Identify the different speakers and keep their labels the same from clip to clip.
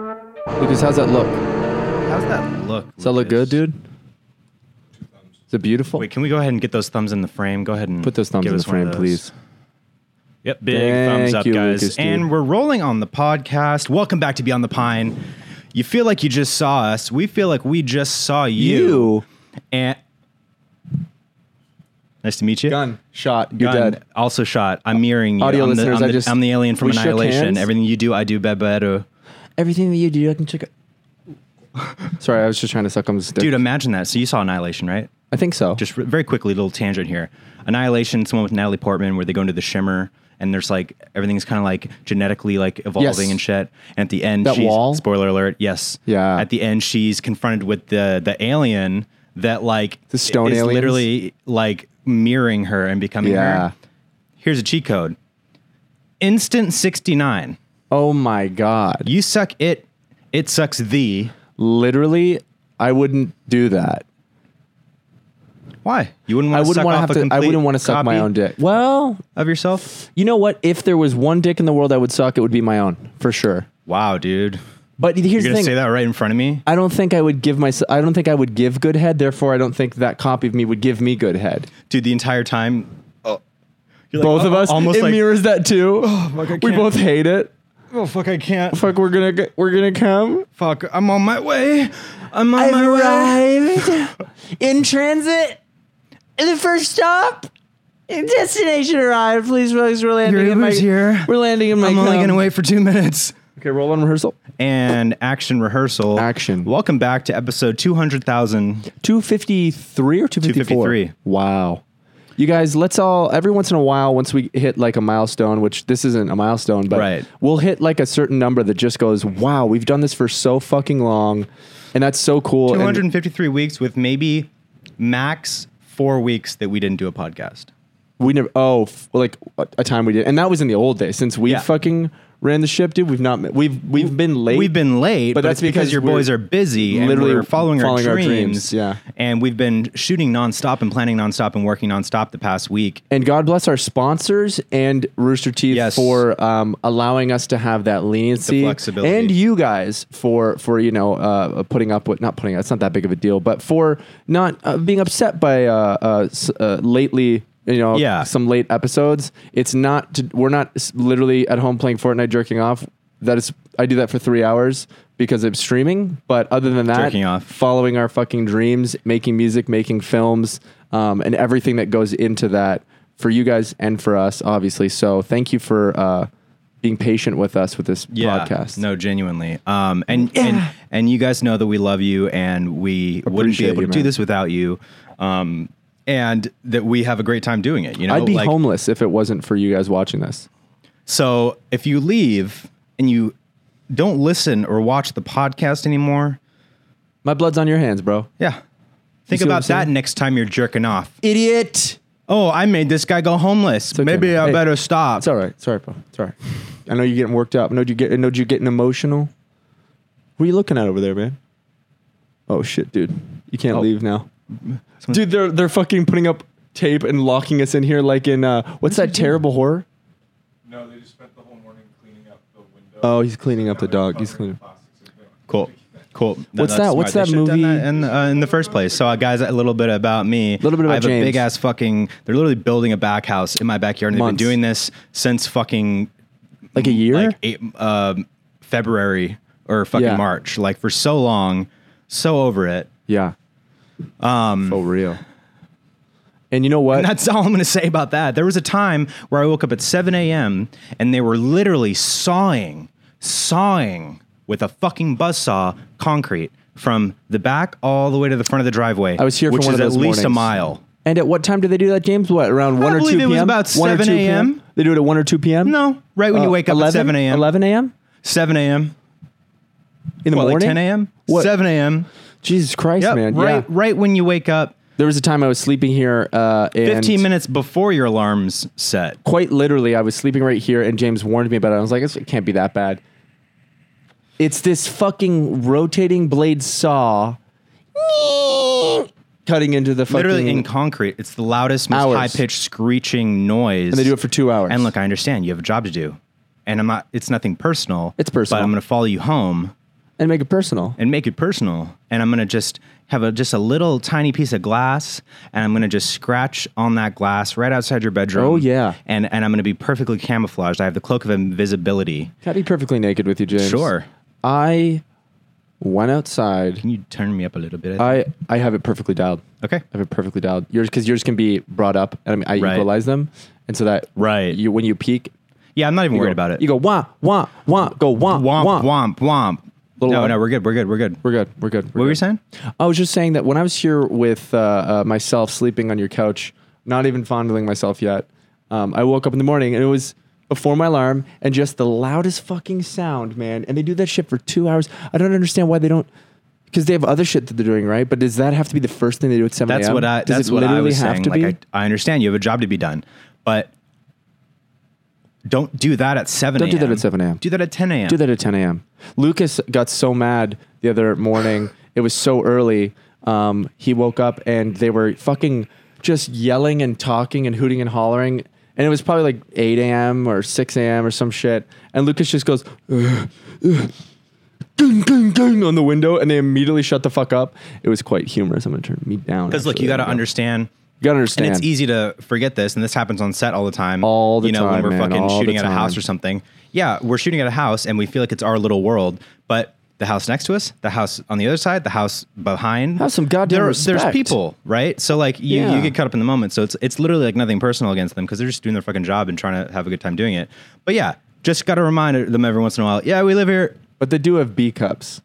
Speaker 1: Lucas, how's that look?
Speaker 2: How's that look?
Speaker 1: Does that look good, dude? Is it beautiful?
Speaker 2: Wait, can we go ahead and get those thumbs in the frame? Go ahead and
Speaker 1: Put those thumbs
Speaker 2: give
Speaker 1: in the
Speaker 2: us one
Speaker 1: frame,
Speaker 2: of those.
Speaker 1: please.
Speaker 2: Yep, big
Speaker 1: Thank
Speaker 2: thumbs up,
Speaker 1: you,
Speaker 2: guys.
Speaker 1: Lucas, dude.
Speaker 2: and we're rolling on the podcast. Welcome back to Beyond the Pine. You feel like you just saw us. We feel like we just saw you. And nice to meet you.
Speaker 1: Gun. Shot. You're
Speaker 2: Gun,
Speaker 1: dead.
Speaker 2: Also shot. I'm mirroring you.
Speaker 1: Audio
Speaker 2: I'm
Speaker 1: listeners,
Speaker 2: the, I'm
Speaker 1: I
Speaker 2: the,
Speaker 1: just-
Speaker 2: I'm the alien from
Speaker 1: we shook hands.
Speaker 2: Annihilation. Everything you do, I do better.
Speaker 1: Everything that you do, I can check out. Sorry, I was just trying to suck on this dick.
Speaker 2: Dude, imagine that. So you saw Annihilation, right?
Speaker 1: I think so.
Speaker 2: just re- very quickly, little tangent here. Annihilation, it's the one with Natalie Portman where they go into the shimmer and there's like everything's kind of like genetically like evolving
Speaker 1: Yes.
Speaker 2: and shit. And at the end,
Speaker 1: That
Speaker 2: she's,
Speaker 1: wall?
Speaker 2: spoiler alert, yes,
Speaker 1: Yeah.
Speaker 2: At the end, she's confronted with the the alien that like
Speaker 1: The stone
Speaker 2: is
Speaker 1: aliens?
Speaker 2: literally like mirroring her and becoming
Speaker 1: yeah.
Speaker 2: her. Here's a cheat code: instant sixty nine.
Speaker 1: Oh my god.
Speaker 2: You suck it. It sucks thee.
Speaker 1: Literally, I wouldn't do that.
Speaker 2: Why? You wouldn't
Speaker 1: I
Speaker 2: want to
Speaker 1: wouldn't
Speaker 2: suck
Speaker 1: want to
Speaker 2: off
Speaker 1: have
Speaker 2: a
Speaker 1: to. I
Speaker 2: complete
Speaker 1: wouldn't want to suck my
Speaker 2: copy
Speaker 1: own dick. Well,
Speaker 2: of yourself.
Speaker 1: you know what? If there was one dick in the world I would suck, it would be my own for sure.
Speaker 2: Wow, dude.
Speaker 1: But here's
Speaker 2: You're
Speaker 1: the
Speaker 2: gonna
Speaker 1: thing:
Speaker 2: say that right in front of me?
Speaker 1: I don't think I would give myself. I don't think I would give good head. Therefore, I don't think that copy of me would give me good head.
Speaker 2: dude the entire time You're like,
Speaker 1: Both of
Speaker 2: oh,
Speaker 1: us.
Speaker 2: almost
Speaker 1: it
Speaker 2: like Oh,
Speaker 1: mirrors that too.
Speaker 2: I
Speaker 1: we
Speaker 2: can't.
Speaker 1: both hate it.
Speaker 2: oh fuck i can't
Speaker 1: Fuck, we're gonna g- we're gonna come.
Speaker 2: fuck i'm on my way i'm on my way
Speaker 1: arrived in transit. The first stop. Destination arrived. Please, please, we're landing.
Speaker 2: Your in my- Uber's here. we're
Speaker 1: landing in
Speaker 2: i'm only gonna wait for two minutes
Speaker 1: Okay, roll on rehearsal.
Speaker 2: and action rehearsal
Speaker 1: Action.
Speaker 2: welcome back to episode 200000
Speaker 1: Two fifty three or two fifty four.
Speaker 2: 253.
Speaker 1: Wow. You guys, let's all every once in a while, once we hit like a milestone, which this isn't a milestone, but
Speaker 2: Right.
Speaker 1: we'll hit like a certain number that just goes, "Wow, we've done this for so fucking long," and that's so cool. and-
Speaker 2: 253 weeks with maybe max four weeks that we didn't do a podcast
Speaker 1: We never. Oh, f- like a a time we did, and that was in the old days. Since we
Speaker 2: Yeah.
Speaker 1: fucking ran the ship, dude. We've not. We've we've been late.
Speaker 2: We've been late,
Speaker 1: But
Speaker 2: but,
Speaker 1: that's
Speaker 2: it's because,
Speaker 1: because
Speaker 2: your
Speaker 1: we're
Speaker 2: boys are busy and
Speaker 1: literally
Speaker 2: we're following,
Speaker 1: following
Speaker 2: our,
Speaker 1: our
Speaker 2: dreams,
Speaker 1: dreams, yeah.
Speaker 2: And we've been shooting nonstop and planning nonstop and working nonstop the past week.
Speaker 1: And God bless our sponsors and Rooster Teeth
Speaker 2: Yes.
Speaker 1: for um, allowing us to have that leniency,
Speaker 2: The flexibility.
Speaker 1: and you guys for for you know uh, putting up with not putting it's not that big of a deal, but for not uh, being upset by uh, uh, s- uh, lately. You know,
Speaker 2: Yeah.
Speaker 1: some late episodes. It's not. To, we're not s- literally at home playing Fortnite jerking off. That is, I do that for three hours because of streaming. But other than that,
Speaker 2: Jerking off.
Speaker 1: following our fucking dreams, making music, making films, um, and everything that goes into that for you guys and for us, obviously. So thank you for uh, being patient with us with this podcast.
Speaker 2: No, genuinely. Um, and and and you guys know that we love you, and we wouldn't be
Speaker 1: Appreciate
Speaker 2: able
Speaker 1: you,
Speaker 2: to do
Speaker 1: man.
Speaker 2: this without you. Um, and that we have a great time doing it. You know,
Speaker 1: I'd be homeless if it wasn't for you guys watching this.
Speaker 2: So if you leave and you don't listen or watch the podcast anymore,
Speaker 1: My blood's on your hands, bro.
Speaker 2: yeah, think
Speaker 1: see what I'm
Speaker 2: about that
Speaker 1: saying?
Speaker 2: next time you're jerking off.
Speaker 1: Idiot.
Speaker 2: Oh, I made this guy go homeless.
Speaker 1: okay,
Speaker 2: Maybe
Speaker 1: man.
Speaker 2: I
Speaker 1: Hey,
Speaker 2: better stop.
Speaker 1: It's all right. It's all right, bro. It's all right. I know you're getting worked up. I know you get. I know you getting emotional. What are you looking at over there, man? Oh shit, dude! You can't leave now, dude. They're they're fucking putting up tape and locking us in here like in uh, what's that terrible horror?
Speaker 3: No, they just spent the whole morning cleaning up the window.
Speaker 1: Oh, he's cleaning up the
Speaker 3: Now they're
Speaker 1: dog. He's
Speaker 3: covering
Speaker 1: cleaning.
Speaker 3: the plastics and things.
Speaker 2: Cool. Cool. No,
Speaker 1: What's
Speaker 2: that's
Speaker 1: that- what's
Speaker 2: smart. They
Speaker 1: that
Speaker 2: should've done
Speaker 1: movie?
Speaker 2: that in, uh, in the first place. So, uh, guys, a little bit about me. A
Speaker 1: Little bit
Speaker 2: I
Speaker 1: about
Speaker 2: have
Speaker 1: James.
Speaker 2: a big ass fucking. They're literally building a back house in my backyard, and
Speaker 1: Months.
Speaker 2: they've been doing this since fucking
Speaker 1: Like a year?
Speaker 2: like eight, um, February or fucking
Speaker 1: Yeah.
Speaker 2: March, like for so long. So over it.
Speaker 1: yeah. Um. For real. And you know what?
Speaker 2: And that's all I'm going to say about that. There was a time where I woke up at 7 a.m. and they were literally sawing, sawing with a fucking buzzsaw concrete from the back all the way to the front of the driveway.
Speaker 1: I was here for
Speaker 2: which
Speaker 1: one
Speaker 2: is
Speaker 1: of those
Speaker 2: at least a
Speaker 1: mornings.
Speaker 2: mile.
Speaker 1: and at what time do they do that, James? What around one or
Speaker 2: I
Speaker 1: two
Speaker 2: believe
Speaker 1: p.m.
Speaker 2: it was about
Speaker 1: 1 or 2
Speaker 2: 7
Speaker 1: p.m.?
Speaker 2: a.m..
Speaker 1: They do it at one or two p.m.
Speaker 2: No, right when you wake up at 7 a.m.
Speaker 1: Uh, Eleven a.m.
Speaker 2: 7 a.m.
Speaker 1: in the
Speaker 2: What, like
Speaker 1: morning.
Speaker 2: 10 a.m.
Speaker 1: What?
Speaker 2: 7 a.m.
Speaker 1: Jesus Christ,
Speaker 2: Yep,
Speaker 1: man.
Speaker 2: right,
Speaker 1: Yeah.
Speaker 2: right when you wake up,
Speaker 1: There was a time I was sleeping here uh, and
Speaker 2: 15 minutes before your alarm's set.
Speaker 1: quite literally I was sleeping right here and James warned me about it. I was like, "It's- it can't be that bad. It's this fucking rotating blade saw cutting into the fucking
Speaker 2: Literally in concrete, it's the loudest, most
Speaker 1: Hours.
Speaker 2: high pitched, screeching noise.
Speaker 1: and they do it for two hours.
Speaker 2: And look, I understand you have a job to do, and I'm not. It's nothing personal.
Speaker 1: It's personal.
Speaker 2: But I'm going to follow you home,
Speaker 1: and make it personal.
Speaker 2: and make it personal. And I'm gonna just have a just a little tiny piece of glass, and I'm gonna just scratch on that glass right outside your bedroom.
Speaker 1: Oh, yeah.
Speaker 2: and and I'm gonna be perfectly camouflaged. I have the cloak of invisibility.
Speaker 1: Can I be perfectly naked with you, James?
Speaker 2: Sure.
Speaker 1: I went outside.
Speaker 2: Can you turn me up a little bit?
Speaker 1: I I have it perfectly dialed.
Speaker 2: okay.
Speaker 1: I have it perfectly dialed. Yours because yours can be brought up, and I, mean, I
Speaker 2: Right.
Speaker 1: equalize them, and so that
Speaker 2: Right.
Speaker 1: you when you peek,
Speaker 2: Yeah, I'm not even
Speaker 1: you
Speaker 2: worried
Speaker 1: go,
Speaker 2: about it.
Speaker 1: You go womp womp womp. Go womp
Speaker 2: womp
Speaker 1: womp.
Speaker 2: womp womp.
Speaker 1: Little
Speaker 2: no,
Speaker 1: one.
Speaker 2: no, we're good. We're good. We're good.
Speaker 1: We're good. We're good.
Speaker 2: what were you saying?
Speaker 1: I was just saying that when I was here with uh, uh, myself sleeping on your couch, not even fondling myself yet, um, I woke up in the morning and it was before my alarm and just the loudest fucking sound, man. And they do that shit for two hours. I don't understand why they don't. Because they have other shit that they're doing, right? But does that have to be the first thing they do at seven?
Speaker 2: That's
Speaker 1: a.m.?
Speaker 2: what I.
Speaker 1: Does
Speaker 2: that's
Speaker 1: it
Speaker 2: what I
Speaker 1: literally
Speaker 2: was
Speaker 1: have
Speaker 2: saying.
Speaker 1: to
Speaker 2: Like
Speaker 1: be?
Speaker 2: I, I understand you have a job to be done, but don't do that at seven.
Speaker 1: Don't do that
Speaker 2: a.m..
Speaker 1: at 7 a.m..
Speaker 2: Do that at ten a.m.
Speaker 1: do that at 10 a.m. Lucas got so mad the other morning. it was so early. Um, he woke up and they were fucking just yelling and talking and hooting and hollering. And it was probably like 8 a.m. or 6 a.m. or some shit. And Lucas just goes, "Ugh, ugh," ding, ding, ding on the window. And they immediately shut the fuck up. It was quite humorous. I'm going to turn me down.
Speaker 2: Because look,
Speaker 1: actually.
Speaker 2: you got to
Speaker 1: There we
Speaker 2: understand.
Speaker 1: You gotta understand.
Speaker 2: And it's easy to forget this, and this happens on set all the time.
Speaker 1: All the
Speaker 2: you know,
Speaker 1: time,
Speaker 2: when we're
Speaker 1: man,
Speaker 2: fucking
Speaker 1: all the
Speaker 2: shooting at a house
Speaker 1: time.
Speaker 2: or something. Yeah, we're shooting at a house, and we feel like it's our little world, but. The house next to us, the house on the other side, the house behind.
Speaker 1: Have some goddamn
Speaker 2: There- There's
Speaker 1: respect.
Speaker 2: people, right? So like you,
Speaker 1: Yeah.
Speaker 2: you get caught up in the moment. So it's it's literally like nothing personal against them because they're just doing their fucking job and trying to have a good time doing it. But yeah, just got to remind them every once in a while. Yeah, we live here.
Speaker 1: But they do have B cups.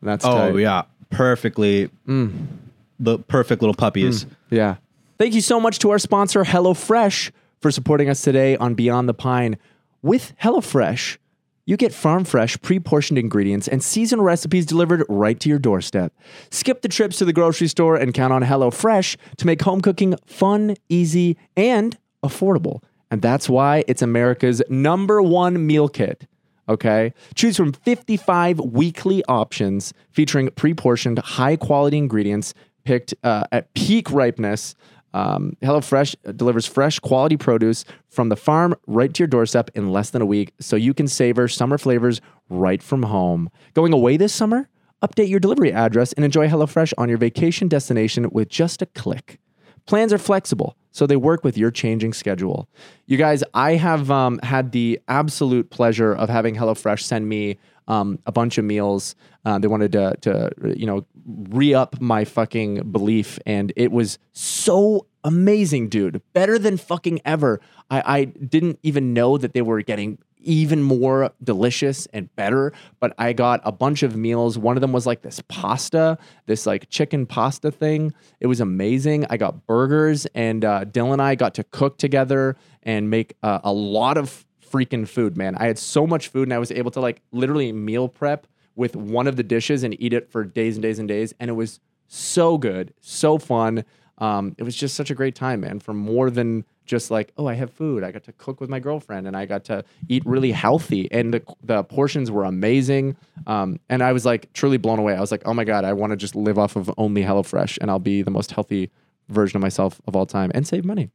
Speaker 1: And That's
Speaker 2: Oh
Speaker 1: tight. Mm.
Speaker 2: yeah, perfectly. The perfect little puppies.
Speaker 1: Yeah. Thank you so much to our sponsor, HelloFresh, for supporting us today on Beyond the Pine. With HelloFresh, you get farm fresh, pre portioned ingredients and seasonal recipes delivered right to your doorstep. Skip the trips to the grocery store and count on HelloFresh to make home cooking fun, easy, and affordable. And that's why it's America's number one meal kit. Okay. Choose from 55 weekly options featuring pre portioned, high quality ingredients picked uh, at peak ripeness. Um, HelloFresh delivers fresh, quality produce from the farm right to your doorstep in less than a week, so you can savor summer flavors right from home. Going away this summer? Update your delivery address and enjoy HelloFresh on your vacation destination with just a click. Plans are flexible, so they work with your changing schedule. You guys, I have um, had the absolute pleasure of having HelloFresh send me um, a bunch of meals. Uh, they wanted to, to, you know, re up my fucking belief, and it was so amazing, dude. Better than fucking ever. I, I didn't even know that they were getting even more delicious and better. But I got a bunch of meals. One of them was like this pasta, this like chicken pasta thing. It was amazing. I got burgers, and uh, Dylan and I got to cook together and make uh, a lot of freaking food, man. I had so much food, and I was able to like literally meal prep with one of the dishes and eat it for days and days and days. And it was so good, so fun. Um, it was just such a great time, man, for more than just like, oh, I have food. I got to cook with my girlfriend and I got to eat really healthy. And the, the portions were amazing. Um, and I was like truly blown away. I was like, oh my God, I want to just live off of only HelloFresh and I'll be the most healthy version of myself of all time and save money.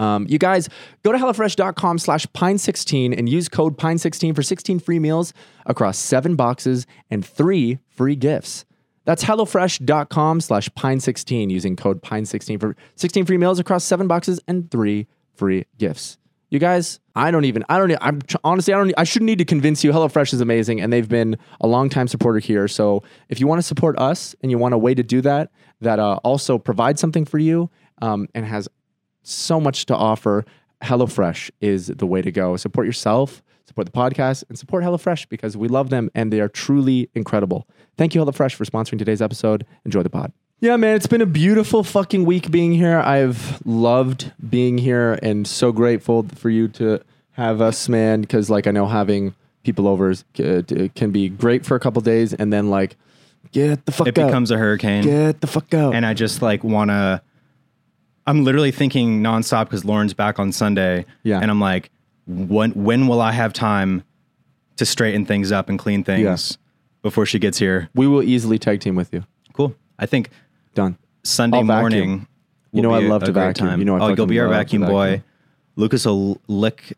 Speaker 1: Um, you guys, go to HelloFresh.com slash Pine16 and use code Pine16 for 16 free meals across seven boxes and three free gifts. That's HelloFresh.com slash Pine16 using code Pine16 for 16 free meals across seven boxes and three free gifts. You guys, I don't even, I don't, e, I'm tr- honestly, I don't, I shouldn't need to convince you. HelloFresh is amazing and they've been a longtime supporter here. So if you want to support us and you want a way to do that, that uh, also provides something for you um, and has so much to offer. HelloFresh is the way to go. Support yourself, support the podcast, and support HelloFresh because we love them and they are truly incredible. Thank you, HelloFresh, for sponsoring today's episode. Enjoy the pod. Yeah, man, it's been a beautiful fucking week being here. I've loved being here and so grateful for you to have us, man, because like I know having people over is, uh, can be great for a couple days and then like get the fuck
Speaker 2: It
Speaker 1: out.
Speaker 2: becomes a hurricane.
Speaker 1: get the fuck out.
Speaker 2: and I just like want to. I'm literally thinking nonstop because Lauren's back on Sunday.
Speaker 1: Yeah.
Speaker 2: and I'm like, when when will I have time to straighten things up and clean things before she gets here?
Speaker 1: we will easily tag team with you.
Speaker 2: Cool. I think
Speaker 1: Done.
Speaker 2: Sunday
Speaker 1: I'll vacuum.
Speaker 2: morning.
Speaker 1: You
Speaker 2: will
Speaker 1: know I
Speaker 2: be
Speaker 1: love
Speaker 2: a
Speaker 1: to
Speaker 2: great
Speaker 1: vacuum. You know I
Speaker 2: oh, you'll
Speaker 1: fucking
Speaker 2: be our
Speaker 1: love to
Speaker 2: vacuum boy.
Speaker 1: vacuum.
Speaker 2: Lucas will lick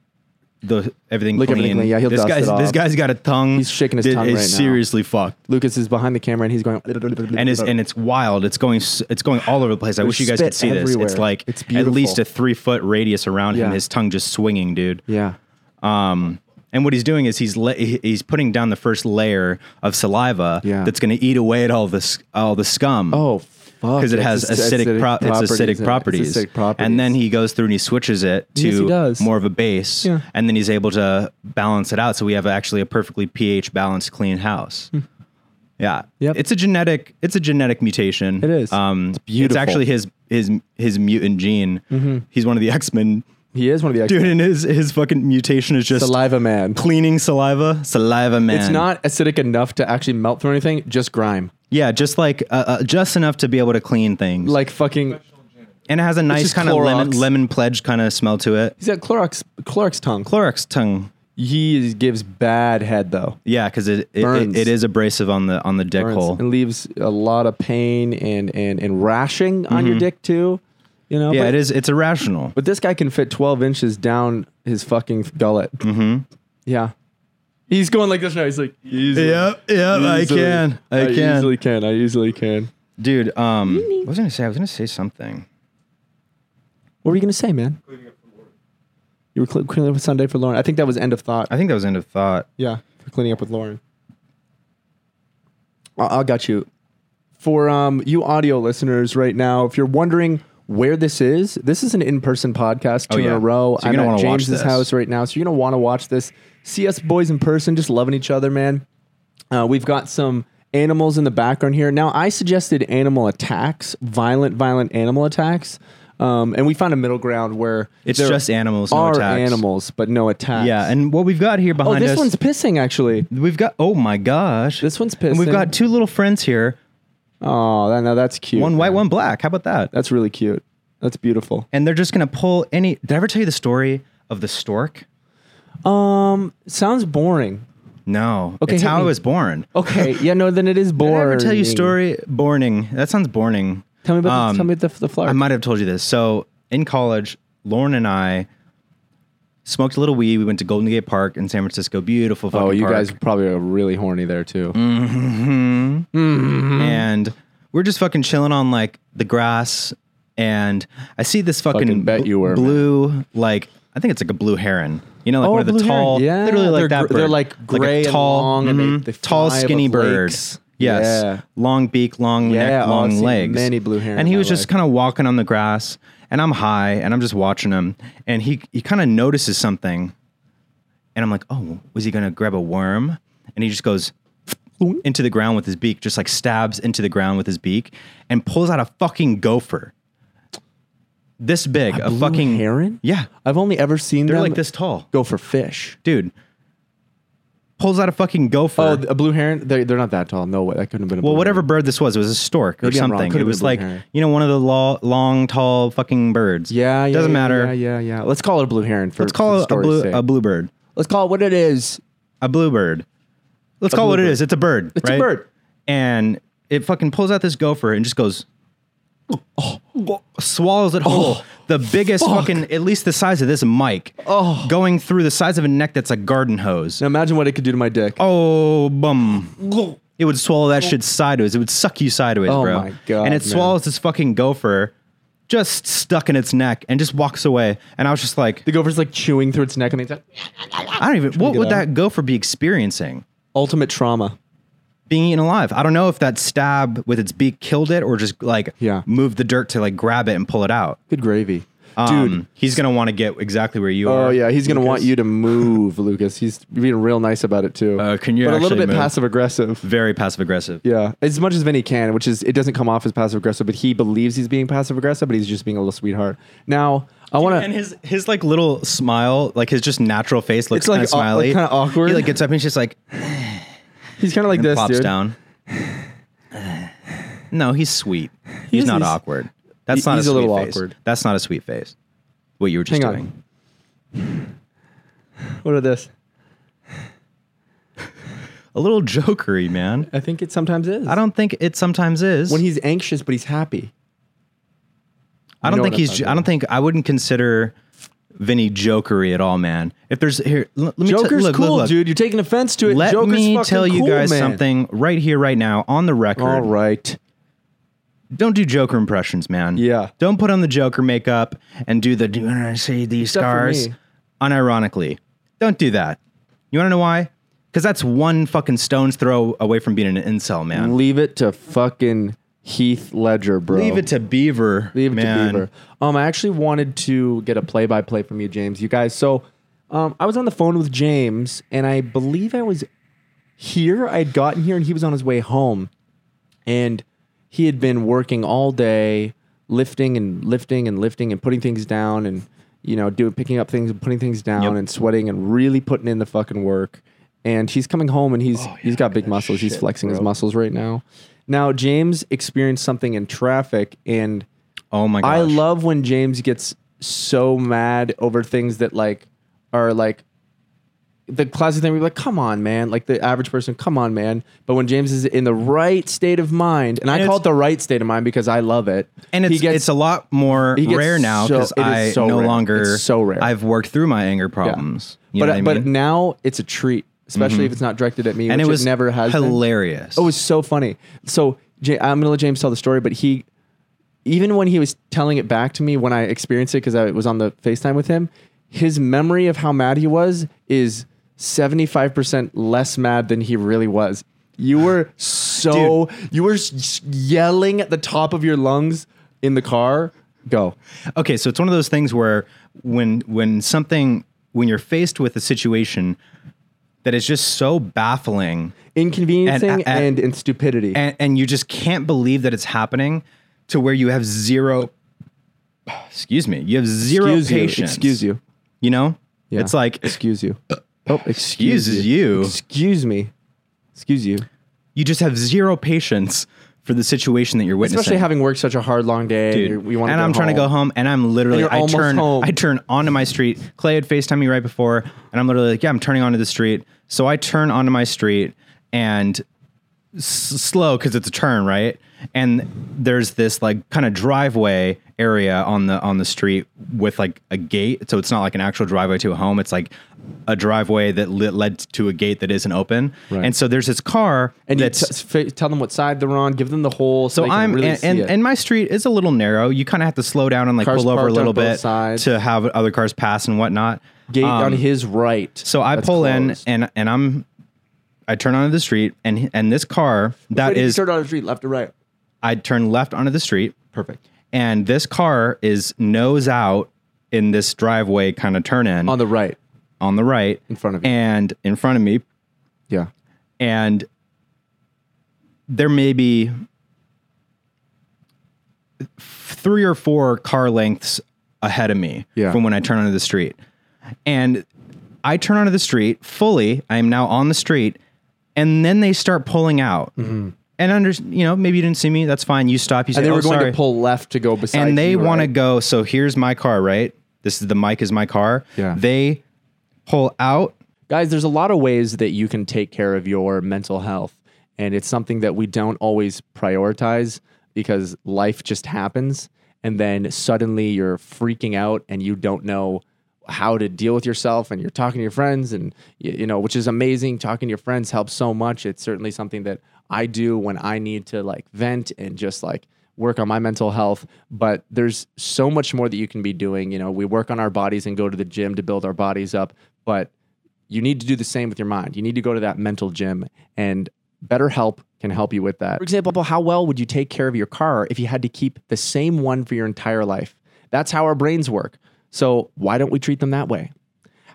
Speaker 2: the everything
Speaker 1: Lick
Speaker 2: clean.
Speaker 1: everything clean. Yeah, he'll
Speaker 2: this
Speaker 1: dust
Speaker 2: guy's
Speaker 1: it
Speaker 2: this
Speaker 1: off.
Speaker 2: guy's got a tongue.
Speaker 1: He's shaking his
Speaker 2: that
Speaker 1: tongue
Speaker 2: is
Speaker 1: right now.
Speaker 2: seriously fucked.
Speaker 1: Lucas is behind the camera and he's going
Speaker 2: And it's and it's wild. It's going s- it's going all over the place. I wish you guys could
Speaker 1: spit
Speaker 2: see
Speaker 1: everywhere.
Speaker 2: this. It's like
Speaker 1: It's
Speaker 2: at least
Speaker 1: beautiful.
Speaker 2: a three foot radius around him.
Speaker 1: Yeah.
Speaker 2: His tongue just swinging, dude.
Speaker 1: yeah.
Speaker 2: Um, and what he's doing is he's la- he- he's putting down the first layer of saliva
Speaker 1: Yeah.
Speaker 2: that's going to eat away at all this all the scum.
Speaker 1: Oh fuck.
Speaker 2: Because it
Speaker 1: It's
Speaker 2: has
Speaker 1: ac-
Speaker 2: acidic, pro- it's
Speaker 1: in it.
Speaker 2: acidic
Speaker 1: It's
Speaker 2: properties.
Speaker 1: acidic properties.
Speaker 2: and then he goes through and he switches it to
Speaker 1: Yes, he does.
Speaker 2: more of a base,
Speaker 1: Yeah.
Speaker 2: and then he's able to balance it out. So we have actually a perfectly pH balanced, clean house. Yeah,
Speaker 1: Hmm. Yep.
Speaker 2: it's a genetic, it's a genetic mutation.
Speaker 1: It is.
Speaker 2: Um,
Speaker 1: It's beautiful. Mm-hmm.
Speaker 2: actually his his his mutant gene. He's one of the X Men,
Speaker 1: he is one of the
Speaker 2: dude,
Speaker 1: experts.
Speaker 2: and his his fucking mutation is just
Speaker 1: saliva man.
Speaker 2: cleaning saliva, saliva man.
Speaker 1: It's not acidic enough to actually melt through anything. Just grime,
Speaker 2: Yeah, just like uh, uh, just enough to be able to clean things.
Speaker 1: like fucking.
Speaker 2: and it has a nice
Speaker 1: just
Speaker 2: kind of lemon
Speaker 1: Clorox.
Speaker 2: lemon pledge kind of smell to it.
Speaker 1: He's got Clorox Clorox tongue.
Speaker 2: Clorox tongue.
Speaker 1: He is, gives bad head though.
Speaker 2: Yeah, because it it, it
Speaker 1: Burns.
Speaker 2: it is abrasive on the on the dick
Speaker 1: burns
Speaker 2: hole.
Speaker 1: and leaves a lot of pain and and and rashing on your dick too. You know,
Speaker 2: Mm-hmm. Yeah,
Speaker 1: but,
Speaker 2: it is. It's irrational.
Speaker 1: But this guy can fit twelve inches down his fucking gullet. Mm-hmm. Yeah, he's going like this now. He's like, easily,
Speaker 2: Yep, yep. I
Speaker 1: easily.
Speaker 2: can, I
Speaker 1: I
Speaker 2: can,
Speaker 1: easily can. I easily can.
Speaker 2: dude. Um, what was I gonna say? I was gonna say something.
Speaker 1: What were you gonna say, man?
Speaker 3: cleaning up the Lord.
Speaker 1: You were cl- cleaning up with Sunday for Lauren. I think that was end of thought.
Speaker 2: I think that was end of thought.
Speaker 1: Yeah, for cleaning up with Lauren. I- I'll got you. For um, you audio listeners right now, if you're wondering where this is, this is an in-person podcast,
Speaker 2: Oh,
Speaker 1: two in
Speaker 2: yeah.
Speaker 1: a row.
Speaker 2: So you're
Speaker 1: I'm
Speaker 2: gonna
Speaker 1: at
Speaker 2: wanna watch
Speaker 1: James's
Speaker 2: this.
Speaker 1: house right now, so you're gonna want to watch this. See us boys in person, just loving each other, man. Uh, we've got some animals in the background here. Now, I suggested animal attacks, violent, violent animal attacks, um, and we found a middle ground where
Speaker 2: It's
Speaker 1: there
Speaker 2: just animals, no
Speaker 1: are
Speaker 2: attacks.
Speaker 1: animals, but no attacks.
Speaker 2: Yeah, and what we've got here
Speaker 1: oh,
Speaker 2: behind
Speaker 1: this
Speaker 2: us,
Speaker 1: one's pissing actually.
Speaker 2: we've got. Oh my gosh,
Speaker 1: This one's
Speaker 2: And we've
Speaker 1: pissing.
Speaker 2: got two little friends here,
Speaker 1: Oh, that, now that's cute.
Speaker 2: one white, one black. How about that?
Speaker 1: That's really cute. That's beautiful.
Speaker 2: and they're just gonna pull any. Did I ever tell you the story of the stork?
Speaker 1: Um, sounds boring.
Speaker 2: No.
Speaker 1: Okay,
Speaker 2: it's
Speaker 1: hit
Speaker 2: how
Speaker 1: me.
Speaker 2: I was born.
Speaker 1: Okay, yeah, no, then it is
Speaker 2: Did I
Speaker 1: boring.
Speaker 2: ever tell you story? Boring. That sounds boring.
Speaker 1: Tell me about.
Speaker 2: Um,
Speaker 1: the, tell me the the flower.
Speaker 2: I might have told you this. So in college, Lauren and I smoked a little weed. We went to Golden Gate Park in San Francisco. Beautiful. Fucking
Speaker 1: oh, you
Speaker 2: park. Mm.
Speaker 1: guys probably are really horny there too. Mm-hmm.
Speaker 2: and we're just fucking chilling on like the grass and i see this fucking,
Speaker 1: Fucking bet
Speaker 2: bl-
Speaker 1: you were,
Speaker 2: blue like i think it's like a blue heron you know like
Speaker 1: Oh,
Speaker 2: one
Speaker 1: a
Speaker 2: of the
Speaker 1: blue heron.
Speaker 2: tall
Speaker 1: Yeah,
Speaker 2: literally like
Speaker 1: they're
Speaker 2: that
Speaker 1: gr-
Speaker 2: bird.
Speaker 1: they're, like,
Speaker 2: a mm-hmm.
Speaker 1: gray and long and they- they
Speaker 2: tall
Speaker 1: fly
Speaker 2: skinny
Speaker 1: above
Speaker 2: bird
Speaker 1: lakes.
Speaker 2: yes
Speaker 1: Yeah.
Speaker 2: long beak long
Speaker 1: Yeah,
Speaker 2: neck
Speaker 1: oh,
Speaker 2: long
Speaker 1: I've seen
Speaker 2: legs
Speaker 1: many blue heron
Speaker 2: and
Speaker 1: in
Speaker 2: he
Speaker 1: my
Speaker 2: was just
Speaker 1: life.
Speaker 2: kind of walking on the grass and i'm high and i'm just watching him and he he kind of notices something and i'm like oh was he gonna grab a worm and he just goes into the ground with his beak, just like stabs into the ground with his beak and pulls out a fucking gopher. This big, a,
Speaker 1: blue
Speaker 2: fucking
Speaker 1: heron?
Speaker 2: Yeah.
Speaker 1: I've only ever seen
Speaker 2: They're
Speaker 1: them
Speaker 2: like this tall.
Speaker 1: Go for fish.
Speaker 2: Dude. Pulls out a fucking gopher.
Speaker 1: Oh, a blue heron. They're, they're not that tall. No way. That couldn't have been. A
Speaker 2: well,
Speaker 1: blue
Speaker 2: whatever
Speaker 1: heron.
Speaker 2: bird this was, it was a stork or
Speaker 1: Maybe I'm wrong.
Speaker 2: something.
Speaker 1: Could've
Speaker 2: It
Speaker 1: been
Speaker 2: was
Speaker 1: blue
Speaker 2: like,
Speaker 1: heron.
Speaker 2: you know, one of the lo- long, tall fucking birds.
Speaker 1: Yeah, yeah. yeah,
Speaker 2: Doesn't matter.
Speaker 1: Yeah, yeah, yeah. Let's call it a blue heron for.
Speaker 2: Let's call it a, blue, a bluebird.
Speaker 1: Let's call it what it is.
Speaker 2: a bluebird. Let's call it what it
Speaker 1: bluebird.
Speaker 2: is. It's a bird.
Speaker 1: It's a
Speaker 2: right?
Speaker 1: bird.
Speaker 2: And it fucking pulls out this gopher and just goes, swallows it whole.
Speaker 1: Oh,
Speaker 2: the biggest fucking, at least the size of this mic, oh. going through the size of a neck that's a garden hose.
Speaker 1: Now imagine what it could do to my dick.
Speaker 2: Oh, bum. It would swallow that shit sideways. It would suck you sideways,
Speaker 1: Oh
Speaker 2: bro.
Speaker 1: my God,
Speaker 2: And
Speaker 1: man.
Speaker 2: it swallows this fucking gopher just stuck in its neck and just walks away. And I was just like,
Speaker 1: The gopher's like chewing through its neck, and it's like
Speaker 2: I don't even, what
Speaker 1: get
Speaker 2: would
Speaker 1: out.
Speaker 2: that gopher be experiencing?
Speaker 1: ultimate trauma.
Speaker 2: being eaten alive. I don't know if that stab with its beak killed it or just like
Speaker 1: Yeah.
Speaker 2: moved the dirt to like grab it and pull it out.
Speaker 1: Good gravy, dude.
Speaker 2: Um, he's gonna want to get exactly where you are.
Speaker 1: Oh yeah, he's gonna want
Speaker 2: Lucas.
Speaker 1: you to move, Lucas. He's being real nice about it too.
Speaker 2: Uh, can you
Speaker 1: But a little
Speaker 2: actually
Speaker 1: bit
Speaker 2: move?
Speaker 1: passive aggressive.
Speaker 2: Very passive aggressive.
Speaker 1: Yeah, as much as Vinny can, which is it doesn't come off as passive aggressive, but he believes he's being passive aggressive, but he's just being a little sweetheart. Now I want
Speaker 2: And
Speaker 1: to.
Speaker 2: his his like little smile, like his just natural face looks
Speaker 1: like
Speaker 2: kind of
Speaker 1: au- like,
Speaker 2: smiley,
Speaker 1: kinda awkward.
Speaker 2: He like gets up and he's just like
Speaker 1: He's kind of like this,
Speaker 2: plops
Speaker 1: dude.
Speaker 2: down. No, he's sweet. He's
Speaker 1: is-
Speaker 2: not
Speaker 1: he's-
Speaker 2: awkward. That's
Speaker 1: he-
Speaker 2: not
Speaker 1: he's
Speaker 2: a,
Speaker 1: a
Speaker 2: sweet
Speaker 1: little
Speaker 2: face.
Speaker 1: awkward.
Speaker 2: That's not a sweet face. What you were just
Speaker 1: Hang on.
Speaker 2: doing.
Speaker 1: What are this?
Speaker 2: A little jokery, man.
Speaker 1: I think it sometimes is.
Speaker 2: I don't think it sometimes is.
Speaker 1: When he's anxious, but he's happy.
Speaker 2: I
Speaker 1: You
Speaker 2: don't
Speaker 1: know what
Speaker 2: think
Speaker 1: I'm
Speaker 2: he's.
Speaker 1: talking
Speaker 2: I don't think I wouldn't consider Vinny jokery at all, man. If there's here, l- let me tell-
Speaker 1: Joker's
Speaker 2: look, look,
Speaker 1: cool,
Speaker 2: look.
Speaker 1: dude. You're taking offense to it.
Speaker 2: Let
Speaker 1: Joker's
Speaker 2: me
Speaker 1: fucking
Speaker 2: tell you
Speaker 1: cool,
Speaker 2: guys
Speaker 1: man.
Speaker 2: something right here, right now, on the record.
Speaker 1: All right.
Speaker 2: Don't do Joker impressions, man.
Speaker 1: Yeah.
Speaker 2: Don't put on the Joker makeup and do the do I see these
Speaker 1: Except for
Speaker 2: scars
Speaker 1: me.
Speaker 2: unironically. Don't do that. You want to know why? Because that's one fucking stone's throw away from being an incel, man.
Speaker 1: Leave it to fucking Heath Ledger, bro.
Speaker 2: Leave it to Beaver.
Speaker 1: Leave it
Speaker 2: man.
Speaker 1: to Beaver. Um, I actually wanted to get a play-by-play from you, James. You guys, so um, I was on the phone with James, and I believe I was here. I had gotten here, and he was on his way home, and he had been working all day, lifting and lifting and lifting and putting things down, and you know, doing picking up things and putting things down,
Speaker 2: Yep.
Speaker 1: and sweating and really putting in the fucking work. And he's coming home, and he's
Speaker 2: Oh,
Speaker 1: he's got big muscles. he's flexing his muscles right now. Now, James experienced something in traffic, and
Speaker 2: Oh my gosh.
Speaker 1: I love when James gets so mad over things that like are like the classic thing. We're like, come on, man. Like the average person, come on, man. But when James is in the right state of mind, and, I
Speaker 2: And
Speaker 1: call
Speaker 2: it's-
Speaker 1: it the right state of mind because I love it.
Speaker 2: and
Speaker 1: he
Speaker 2: it's
Speaker 1: gets-
Speaker 2: it's a lot more
Speaker 1: he gets
Speaker 2: rare now
Speaker 1: so-
Speaker 2: because
Speaker 1: it is
Speaker 2: I
Speaker 1: so
Speaker 2: no
Speaker 1: rare.
Speaker 2: longer
Speaker 1: It's so rare.
Speaker 2: I've worked through my anger
Speaker 1: yeah.
Speaker 2: problems. You
Speaker 1: but
Speaker 2: know what I
Speaker 1: but
Speaker 2: mean? Mm-hmm.
Speaker 1: now it's a treat, especially if it's not directed at me.
Speaker 2: and
Speaker 1: which
Speaker 2: it was
Speaker 1: never has been.
Speaker 2: hilarious.
Speaker 1: Oh, it was so funny. So J- I'm gonna let James tell the story, but he, even when he was telling it back to me when I experienced it because I was on the Facetime with him, his memory of how mad he was is 75 percent less mad than he really was. You were so you were s- yelling at the top of your lungs in the car. Go.
Speaker 2: okay so it's one of those things where when when something when you're faced with a situation that is just so baffling
Speaker 1: Inconveniencing and,
Speaker 2: And- and-
Speaker 1: in stupidity.
Speaker 2: and, and you just can't believe that it's happening to where you have zero excuse me you have zero
Speaker 1: excuse
Speaker 2: patience
Speaker 1: you. Excuse you.
Speaker 2: you know
Speaker 1: Yeah.
Speaker 2: it's like
Speaker 1: excuse you. Oh, excuse
Speaker 2: excuses you
Speaker 1: Excuse me. Excuse you.
Speaker 2: you just have zero patience for the situation that you're witnessing
Speaker 1: especially having worked such a hard long day.
Speaker 2: Dude,
Speaker 1: And, you want
Speaker 2: and I'm trying to go home, and I'm literally
Speaker 1: And you're
Speaker 2: I
Speaker 1: almost
Speaker 2: turn
Speaker 1: home.
Speaker 2: I turn onto my street. Clay had Facetime me right before, and I'm literally like, yeah, I'm turning onto the street. So I turn onto my street and s- slow because it's a turn, right? And there's this like kind of driveway area on the on the street with like a gate, so it's not like an actual driveway to a home. It's like a driveway that lit, led to a gate that isn't open,
Speaker 1: Right.
Speaker 2: and so there's this car
Speaker 1: And you
Speaker 2: that's
Speaker 1: t- fa- tell them what side they're on. Give them the whole. So,
Speaker 2: so
Speaker 1: they can
Speaker 2: I'm
Speaker 1: really
Speaker 2: and,
Speaker 1: see
Speaker 2: and,
Speaker 1: it.
Speaker 2: and my street is a little narrow. You kind of have to slow down and like
Speaker 1: Cars
Speaker 2: pull over a
Speaker 1: parked on
Speaker 2: little
Speaker 1: both
Speaker 2: bit
Speaker 1: sides.
Speaker 2: to have other cars pass and whatnot.
Speaker 1: gate on
Speaker 2: Um,
Speaker 1: his right.
Speaker 2: so I
Speaker 1: That's
Speaker 2: pull
Speaker 1: closed.
Speaker 2: in and and I'm I turn onto the street and and this car
Speaker 1: Wait,
Speaker 2: that
Speaker 1: you
Speaker 2: is
Speaker 1: start on the street, left or right.
Speaker 2: I turn left onto the street
Speaker 1: Perfect.
Speaker 2: and this car is nose out in this driveway kind of turn in
Speaker 1: On the right,
Speaker 2: on the right in
Speaker 1: front of you.
Speaker 2: and in front of me
Speaker 1: yeah.
Speaker 2: and there may be three or four car lengths ahead of me
Speaker 1: Yeah.
Speaker 2: from when I turn onto the street. And I turn onto the street fully. I am now on the street. And then they start pulling out. And under, you know, maybe you didn't see me. That's fine. You stop. You say,
Speaker 1: Mm-hmm. And they
Speaker 2: "Oh,
Speaker 1: were going
Speaker 2: sorry."
Speaker 1: to pull left to go beside.
Speaker 2: and they
Speaker 1: you,
Speaker 2: want to
Speaker 1: right?
Speaker 2: go. So here's my car, right? This is the mic is my car.
Speaker 1: Yeah.
Speaker 2: They pull out
Speaker 1: guys. There's a lot of ways that you can take care of your mental health, and it's something that we don't always prioritize because life just happens, and then suddenly you're freaking out and you don't know how to deal with yourself and you're talking to your friends and y- you know which is amazing talking to your friends helps so much it's certainly something that i do when i need to like vent and just like work on my mental health but there's so much more that you can be doing you know we work on our bodies and go to the gym to build our bodies up but you need to do the same with your mind you need to go to that mental gym and BetterHelp can help you with that. For example, how well would you take care of your car if you had to keep the same one for your entire life? That's how our brains work. So, why don't we treat them that way?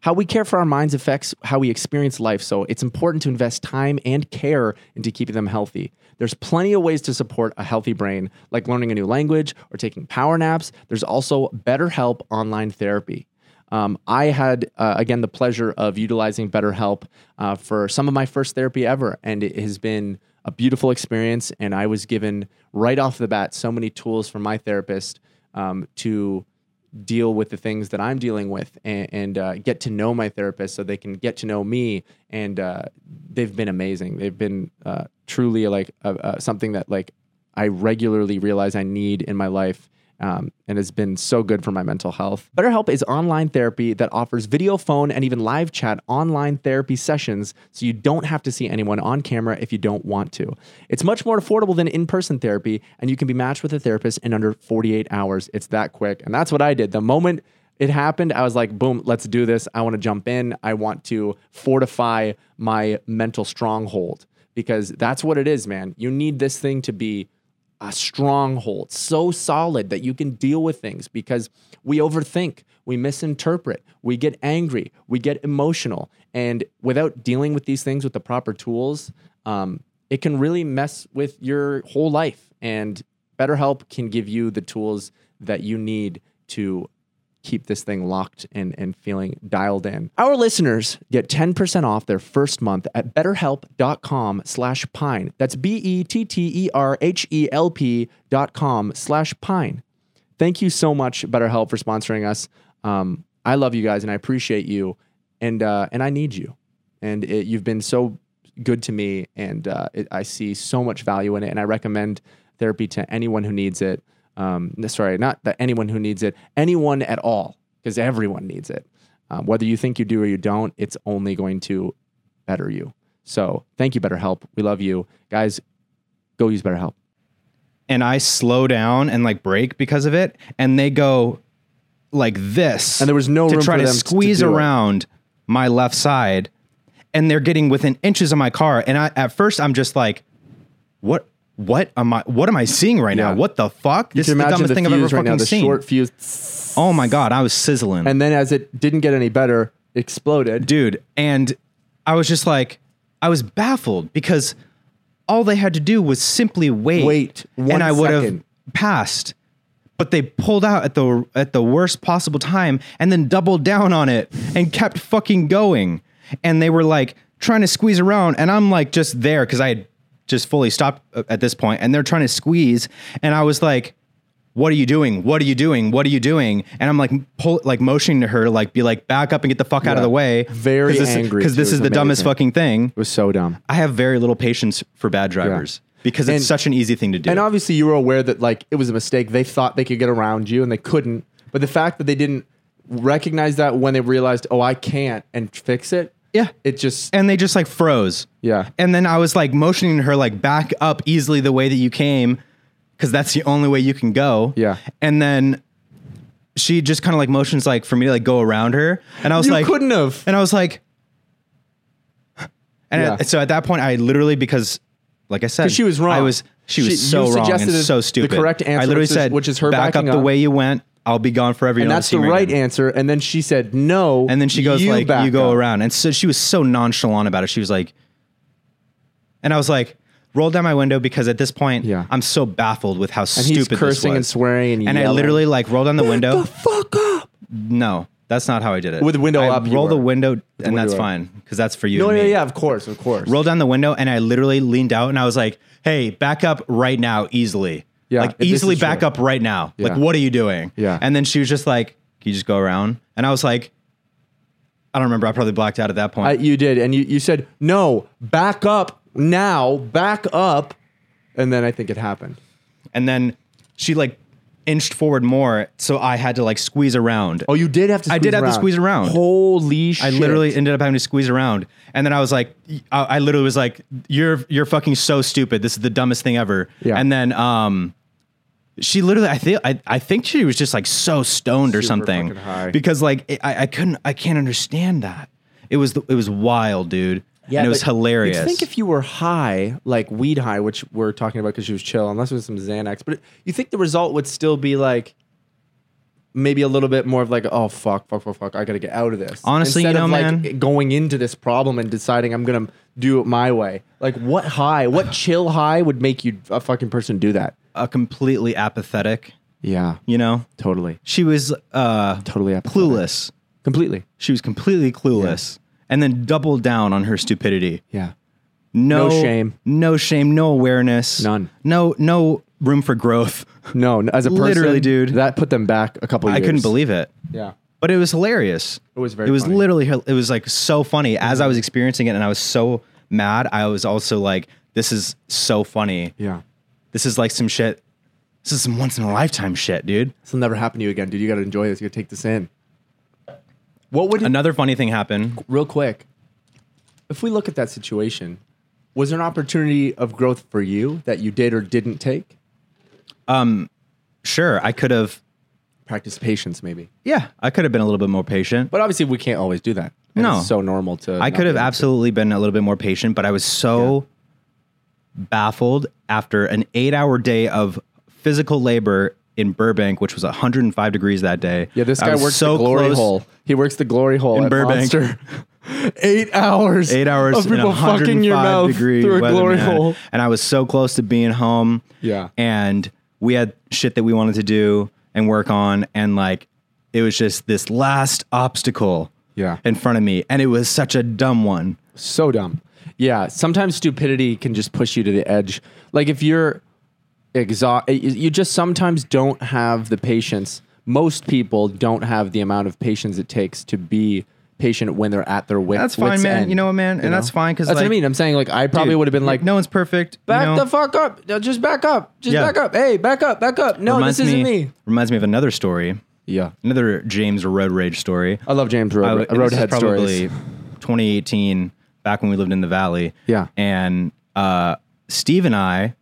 Speaker 1: How we care for our minds affects how we experience life, so it's important to invest time and care into keeping them healthy. There's plenty of ways to support a healthy brain, like learning a new language or taking power naps. There's also BetterHelp online therapy. Um, I had, uh, again, the pleasure of utilizing BetterHelp uh, for some of my first therapy ever, and it has been a beautiful experience. And I was given right off the bat so many tools from my therapist um, to deal with the things that I'm dealing with and, and uh, get to know my therapist so they can get to know me. And uh, they've been amazing. They've been uh, truly like uh, uh, something that like I regularly realize I need in my life. um, and has been so good for my mental health. BetterHelp is online therapy that offers video, phone, and even live chat online therapy sessions, so you don't have to see anyone on camera if you don't want to. It's much more affordable than in person therapy, and you can be matched with a therapist in under 48 hours. It's that quick. And that's what I did. The moment it happened, I was like, boom, let's do this. I want to jump in. I want to fortify my mental stronghold because that's what it is, man. You need this thing to be a stronghold, so solid that you can deal with things because we overthink, we misinterpret, we get angry, we get emotional. And without dealing with these things with the proper tools, um, it can really mess with your whole life. And BetterHelp can give you the tools that you need to keep this thing locked and, and feeling dialed in. Our listeners get 10% off their first month at betterhelp.com slash pine. That's E B-E-T-T-E-R-H-E-L-P E dot com slash pine. Thank you so much, BetterHelp, for sponsoring us. Um, I love you guys and I appreciate you and uh, and I need you. And it, you've been so good to me and uh, it, I see so much value in it and I recommend therapy to anyone who needs it um, no, sorry, not that anyone who needs it, anyone at all, because everyone needs it. Um, whether you think you do or you don't, it's only going to better you. So thank you, BetterHelp. We love you. Guys, go use BetterHelp.
Speaker 2: and I slow down and like break because of it, and they go like this,
Speaker 1: And there was no
Speaker 2: to
Speaker 1: room
Speaker 2: try
Speaker 1: for
Speaker 2: to
Speaker 1: them to
Speaker 2: squeeze
Speaker 1: do it.
Speaker 2: around my left side, and they're getting within inches of my car, and I at first I'm just like, what? What am I? What am I seeing right
Speaker 1: Yeah.
Speaker 2: now? What the fuck? This
Speaker 1: Can
Speaker 2: is
Speaker 1: you
Speaker 2: the dumbest thing I've ever
Speaker 1: fuse right
Speaker 2: fucking
Speaker 1: now, the
Speaker 2: seen.
Speaker 1: short fuse.
Speaker 2: oh my god, I was sizzling,
Speaker 1: And then as it didn't get any better, exploded.
Speaker 2: dude. And I was just like, I was baffled because all they had to do was simply wait,
Speaker 1: Wait one
Speaker 2: and I would have
Speaker 1: second.
Speaker 2: passed. But they pulled out at the at the worst possible time and then doubled down on it and kept fucking going. And they were like trying to squeeze around, and I'm like just there because I had just fully stopped uh, at this point, and they're trying to squeeze, and I was like. What are you doing? What are you doing? What are you doing? And I'm like, pull, like motioning to her to like be like, back up and get the fuck out of
Speaker 1: Yeah.
Speaker 2: the way.
Speaker 1: Very angry,
Speaker 2: because
Speaker 1: too.
Speaker 2: this
Speaker 1: It
Speaker 2: is the
Speaker 1: was
Speaker 2: dumbest
Speaker 1: amazing.
Speaker 2: fucking thing.
Speaker 1: It was so dumb.
Speaker 2: I have very little patience for bad drivers because it's
Speaker 1: And-
Speaker 2: such an easy thing to do.
Speaker 1: And obviously, you were aware that like it was a mistake. They thought they could get around you, and they couldn't. But the fact that they didn't recognize that when they realized, oh, I can't, and fix it.
Speaker 2: Yeah.
Speaker 1: it just
Speaker 2: and they just like froze.
Speaker 1: Yeah.
Speaker 2: And then I was like motioning to her like back up easily the way that you came because that's the only way you can go.
Speaker 1: Yeah.
Speaker 2: And then she just kind of like motions like for me to like go around her and I was
Speaker 1: you
Speaker 2: like
Speaker 1: couldn't have.
Speaker 2: and I was like and
Speaker 1: Yeah.
Speaker 2: I- so at that point I literally because like I said
Speaker 1: she was wrong.
Speaker 2: I was she was
Speaker 1: She-
Speaker 2: so
Speaker 1: you
Speaker 2: wrong and
Speaker 1: suggested
Speaker 2: so
Speaker 1: the
Speaker 2: stupid.
Speaker 1: correct
Speaker 2: I
Speaker 1: answer,
Speaker 2: literally
Speaker 1: which is-
Speaker 2: said
Speaker 1: which is her
Speaker 2: back
Speaker 1: backing
Speaker 2: up the
Speaker 1: up.
Speaker 2: way you went. I'll be gone forever.
Speaker 1: and that's the right answer. And then she said no,
Speaker 2: And then she goes
Speaker 1: you
Speaker 2: like,
Speaker 1: back
Speaker 2: "You go
Speaker 1: up."
Speaker 2: around," and so she was so nonchalant about it. She was like, and I was like, rolled down my window because at this point,
Speaker 1: Yeah.
Speaker 2: I'm so baffled with how
Speaker 1: And
Speaker 2: stupid
Speaker 1: he's
Speaker 2: this
Speaker 1: cursing
Speaker 2: was.
Speaker 1: and swearing and
Speaker 2: And I
Speaker 1: yelling.
Speaker 2: literally like rolled down the window.
Speaker 1: the fuck up.
Speaker 2: no, that's not how I did it.
Speaker 1: With the window
Speaker 2: I
Speaker 1: up, you
Speaker 2: roll the
Speaker 1: were.
Speaker 2: window, and
Speaker 1: window
Speaker 2: that's
Speaker 1: up.
Speaker 2: fine because that's for you.
Speaker 1: No,
Speaker 2: and
Speaker 1: Oh, yeah,
Speaker 2: me.
Speaker 1: yeah, of course, of course.
Speaker 2: Rolled down the window, and I literally leaned out, and I was like, "Hey, back up right now, easily.
Speaker 1: Yeah,
Speaker 2: like
Speaker 1: this is
Speaker 2: easily back
Speaker 1: true.
Speaker 2: up right now. Like,
Speaker 1: Yeah.
Speaker 2: what are you doing?
Speaker 1: Yeah.
Speaker 2: And then she was just like, "Can you just go around?" And I was like. I don't remember. I probably blacked out at that point.
Speaker 1: I, you did, and you you said no, back up now, back up, and then I think it happened.
Speaker 2: and then she like inched forward more so i had to like squeeze around
Speaker 1: Oh, you did have to. Squeeze
Speaker 2: I did have to squeeze around.
Speaker 1: Holy shit!
Speaker 2: i literally ended up having to squeeze around and then i was like i, I literally was like you're you're fucking so stupid this is the dumbest thing ever
Speaker 1: Yeah.
Speaker 2: and then um she literally i think I, I think she was just like so stoned or
Speaker 1: Super
Speaker 2: something
Speaker 1: fucking high.
Speaker 2: because like it, I, I couldn't i can't understand that it was the, it was wild dude and it was
Speaker 1: but
Speaker 2: hilarious
Speaker 1: You'd think if you were high, like weed high, which we're talking about because she was chill, unless it was some Xanax, but you think the result would still be like maybe a little bit more of like, oh fuck, fuck, fuck, fuck, I gotta get out of this.
Speaker 2: Honestly, you
Speaker 1: Instead
Speaker 2: know,
Speaker 1: of like
Speaker 2: man-
Speaker 1: going into this problem and deciding I'm gonna do it my way. Like, what high, what chill high would make you a fucking person do that?
Speaker 2: a completely apathetic
Speaker 1: Yeah,
Speaker 2: you know
Speaker 1: totally,
Speaker 2: she was uh
Speaker 1: totally, apathetic.
Speaker 2: clueless
Speaker 1: completely.
Speaker 2: She was completely clueless and then doubled down on her stupidity.
Speaker 1: Yeah, No
Speaker 2: No,
Speaker 1: shame.
Speaker 2: No shame, no awareness.
Speaker 1: None.
Speaker 2: No no room for growth.
Speaker 1: no, n- as a person,
Speaker 2: Literally, dude.
Speaker 1: that put them back a couple.
Speaker 2: I
Speaker 1: years.
Speaker 2: couldn't believe it.
Speaker 1: Yeah,
Speaker 2: But it was hilarious.
Speaker 1: It was very
Speaker 2: It was
Speaker 1: funny.
Speaker 2: literally it was like so funny as I was experiencing it and I was so mad. I was also like this is so funny.
Speaker 1: yeah.
Speaker 2: This is like some shit This is some once in a lifetime shit, dude.
Speaker 1: This will never happen to you again, dude. You got to enjoy this. You got to take this in. What would it,
Speaker 2: Another funny thing happened.
Speaker 1: real quick? If we look at that situation, was there an opportunity of growth for you that you did or didn't take?
Speaker 2: Sure, I could have.
Speaker 1: Practice patience, maybe.
Speaker 2: Yeah, I could have been a little bit more patient.
Speaker 1: But obviously, we can't always do that. And
Speaker 2: No.
Speaker 1: it's so normal to.
Speaker 2: I
Speaker 1: not
Speaker 2: could
Speaker 1: be
Speaker 2: have
Speaker 1: able to.
Speaker 2: absolutely been a little bit more patient, but I was so baffled after an eight hour day of physical labor in Burbank, which was 105 degrees that day.
Speaker 1: Yeah, this
Speaker 2: I
Speaker 1: guy
Speaker 2: was
Speaker 1: works the glory
Speaker 2: close-
Speaker 1: hole. He works the glory hole
Speaker 2: In
Speaker 1: in at
Speaker 2: Burbank.
Speaker 1: Monster. Eight hours.
Speaker 2: Eight hours
Speaker 1: of
Speaker 2: in a
Speaker 1: people
Speaker 2: 105
Speaker 1: fucking your mouth
Speaker 2: degree
Speaker 1: through a
Speaker 2: weather,
Speaker 1: glory
Speaker 2: man.
Speaker 1: hole.
Speaker 2: And I was so close to being home.
Speaker 1: Yeah.
Speaker 2: And we had shit that we wanted to do and work on. And like, it was just this last obstacle
Speaker 1: Yeah.
Speaker 2: in front of me. And it was such a dumb one.
Speaker 1: So dumb. Yeah. Sometimes stupidity can just push you to the edge. Like if you're exhaust, you just sometimes don't have the patience. Most people don't have the amount of patience it takes to be patient when they're at their wit.
Speaker 2: That's fine,
Speaker 1: wit's
Speaker 2: man.
Speaker 1: end,
Speaker 2: You know what, man? And that's fine, 'cause,
Speaker 1: that's what I
Speaker 2: like-
Speaker 1: mean. I'm saying like I probably
Speaker 2: Dude,
Speaker 1: would have been like
Speaker 2: no one's perfect. you
Speaker 1: Back
Speaker 2: know?
Speaker 1: the fuck up! No, Just back up! Just
Speaker 2: Yeah.
Speaker 1: back up! Hey, back up! Back up! No,
Speaker 2: reminds
Speaker 1: this isn't
Speaker 2: me,
Speaker 1: me.
Speaker 2: Reminds me of another story,
Speaker 1: Yeah,
Speaker 2: another James road rage story.
Speaker 1: I love James
Speaker 2: I-
Speaker 1: Road,
Speaker 2: and this is
Speaker 1: Roadhead
Speaker 2: probably
Speaker 1: stories.
Speaker 2: 2018, back when we lived in the valley.
Speaker 1: Yeah.
Speaker 2: and uh, Steve and I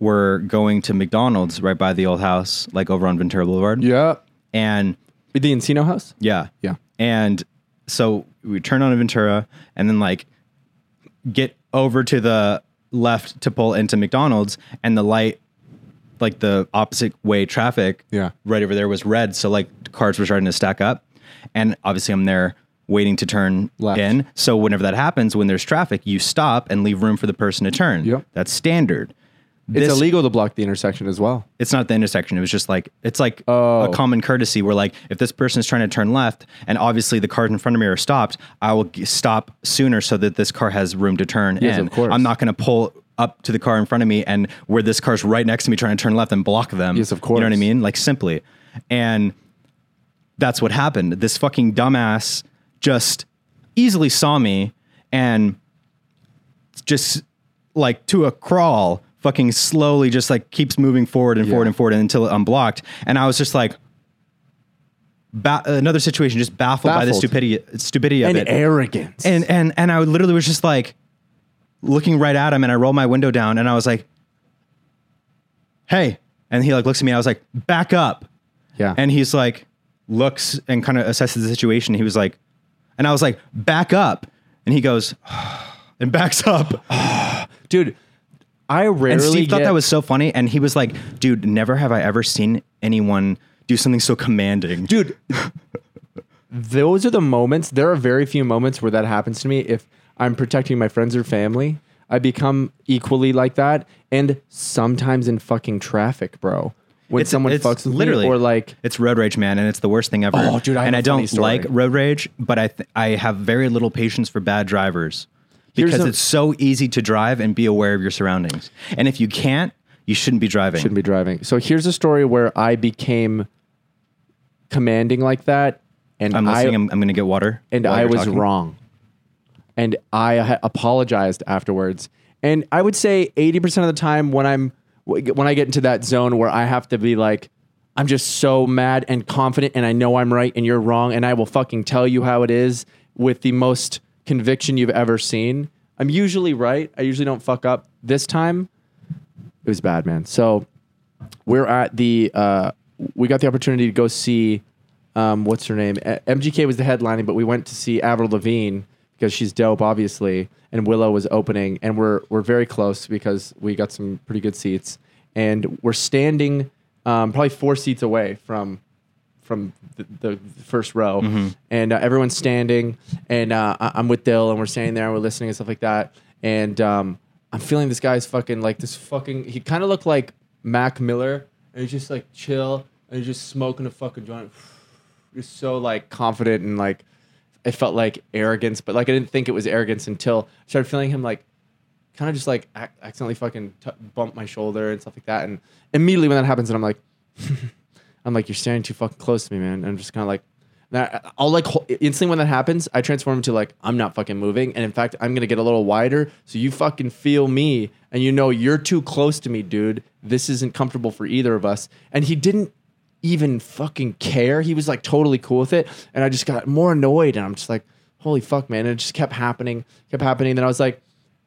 Speaker 2: were going to McDonald's right by the old house, like over on Ventura Boulevard.
Speaker 1: Yeah,
Speaker 2: and
Speaker 1: the Encino House.
Speaker 2: yeah,
Speaker 1: Yeah.
Speaker 2: and so we turn on Ventura, and then like get over to the left to pull into McDonald's, and the light, like the opposite way traffic,
Speaker 1: Yeah.
Speaker 2: right over there was red. So like cars were starting to stack up, and obviously I'm there waiting to turn
Speaker 1: Left.
Speaker 2: in. So whenever that happens, when there's traffic, you stop and leave room for the person to turn.
Speaker 1: Yep.
Speaker 2: That's standard.
Speaker 1: It's
Speaker 2: This-
Speaker 1: illegal to block the intersection as well.
Speaker 2: it's not the intersection. It was just like it's like
Speaker 1: Oh.
Speaker 2: a common courtesy where like if this person is trying to turn left and obviously the cars in front of me are stopped, I will g- stop sooner so that this car has room to turn
Speaker 1: Yes,
Speaker 2: in.
Speaker 1: of course.
Speaker 2: I'm not going to pull up to the car in front of me and where this car's right next to me trying to turn left and block them.
Speaker 1: Yes, of
Speaker 2: You know what I
Speaker 1: course.
Speaker 2: mean? Like simply, and that's what happened. This fucking dumbass just easily saw me and just like to a crawl, fucking slowly just like keeps moving forward and forward and forward until it unblocked. And I was just like, ba- another situation, just baffled, by the
Speaker 1: Baffled.
Speaker 2: stupidity, stupidity of
Speaker 1: And
Speaker 2: it.
Speaker 1: arrogance.
Speaker 2: and, and, and I literally was just like looking right at him and I rolled my window down and I was like, Hey. And he like looks at me. And I was like, back up.
Speaker 1: yeah,
Speaker 2: And he's like, looks and kind of assesses the situation. He was like, and I was like, back up. And he goes, and backs up.
Speaker 1: dude, I rarely
Speaker 2: And Steve thought
Speaker 1: get-
Speaker 2: that was so funny. And he was like, dude, never have I ever seen anyone do something so commanding.
Speaker 1: dude. those are the moments. There are very few moments where that happens to me. If I'm protecting my friends or family, I become equally like that. And sometimes in fucking traffic, bro. When someone fucks with
Speaker 2: literally,
Speaker 1: me or like
Speaker 2: it's road rage, man, and it's the worst thing ever.
Speaker 1: Oh, dude, I have
Speaker 2: and
Speaker 1: a
Speaker 2: I
Speaker 1: funny
Speaker 2: don't
Speaker 1: story.
Speaker 2: like road rage, but I th- I have very little patience for bad drivers
Speaker 1: Here's
Speaker 2: because
Speaker 1: a-
Speaker 2: it's so easy to drive and be aware of your surroundings. And if you can't, you shouldn't be driving.
Speaker 1: shouldn't be driving. So here's a story where I became commanding like that, and
Speaker 2: I'm
Speaker 1: I
Speaker 2: listening. I, am I'm going to get water.
Speaker 1: and
Speaker 2: while
Speaker 1: I
Speaker 2: you're
Speaker 1: was
Speaker 2: talking.
Speaker 1: wrong, and I ha- apologized afterwards. And I would say eighty percent of the time when I'm when I get into that zone where I have to be like, I'm just so mad and confident, and I know I'm right and you're wrong, and I will fucking tell you how it is with the most conviction you've ever seen. I'm usually right. I usually don't fuck up. This time, it was bad, man. So we're at the uh, we got the opportunity to go see um, what's her name? A- MGK was the headlining, but we went to see Avril Lavigne because she's dope, obviously, and Willow was opening, and we're we're very close because we got some pretty good seats, and we're standing um, probably four seats away from from the, the first row, and uh, everyone's standing, and uh, I- I'm with Dill, and we're standing there, and we're listening and stuff like that, and um, I'm feeling this guy's fucking like this fucking. He kind of looked like Mac Miller, and he's just like chill, and he's just smoking a fucking joint, just so like confident and like it felt like arrogance, but like I didn't think it was arrogance until I started feeling him like kind of just like ac- accidentally fucking t- bump my shoulder and stuff like that. And immediately when that happens, and I'm like, I'm like, you're staring too fucking close to me, man. And I'm just kind of like, Now, I'll like ho- instantly when that happens, I transform into like I'm not fucking moving, and in fact, I'm gonna get a little wider, so you fucking feel me, and you know you're too close to me, dude. This isn't comfortable for either of us. And he didn't even fucking care. He was like totally cool with it, and I just got more annoyed, and I'm just like, holy fuck, man! And it just kept happening, kept happening. Then I was like,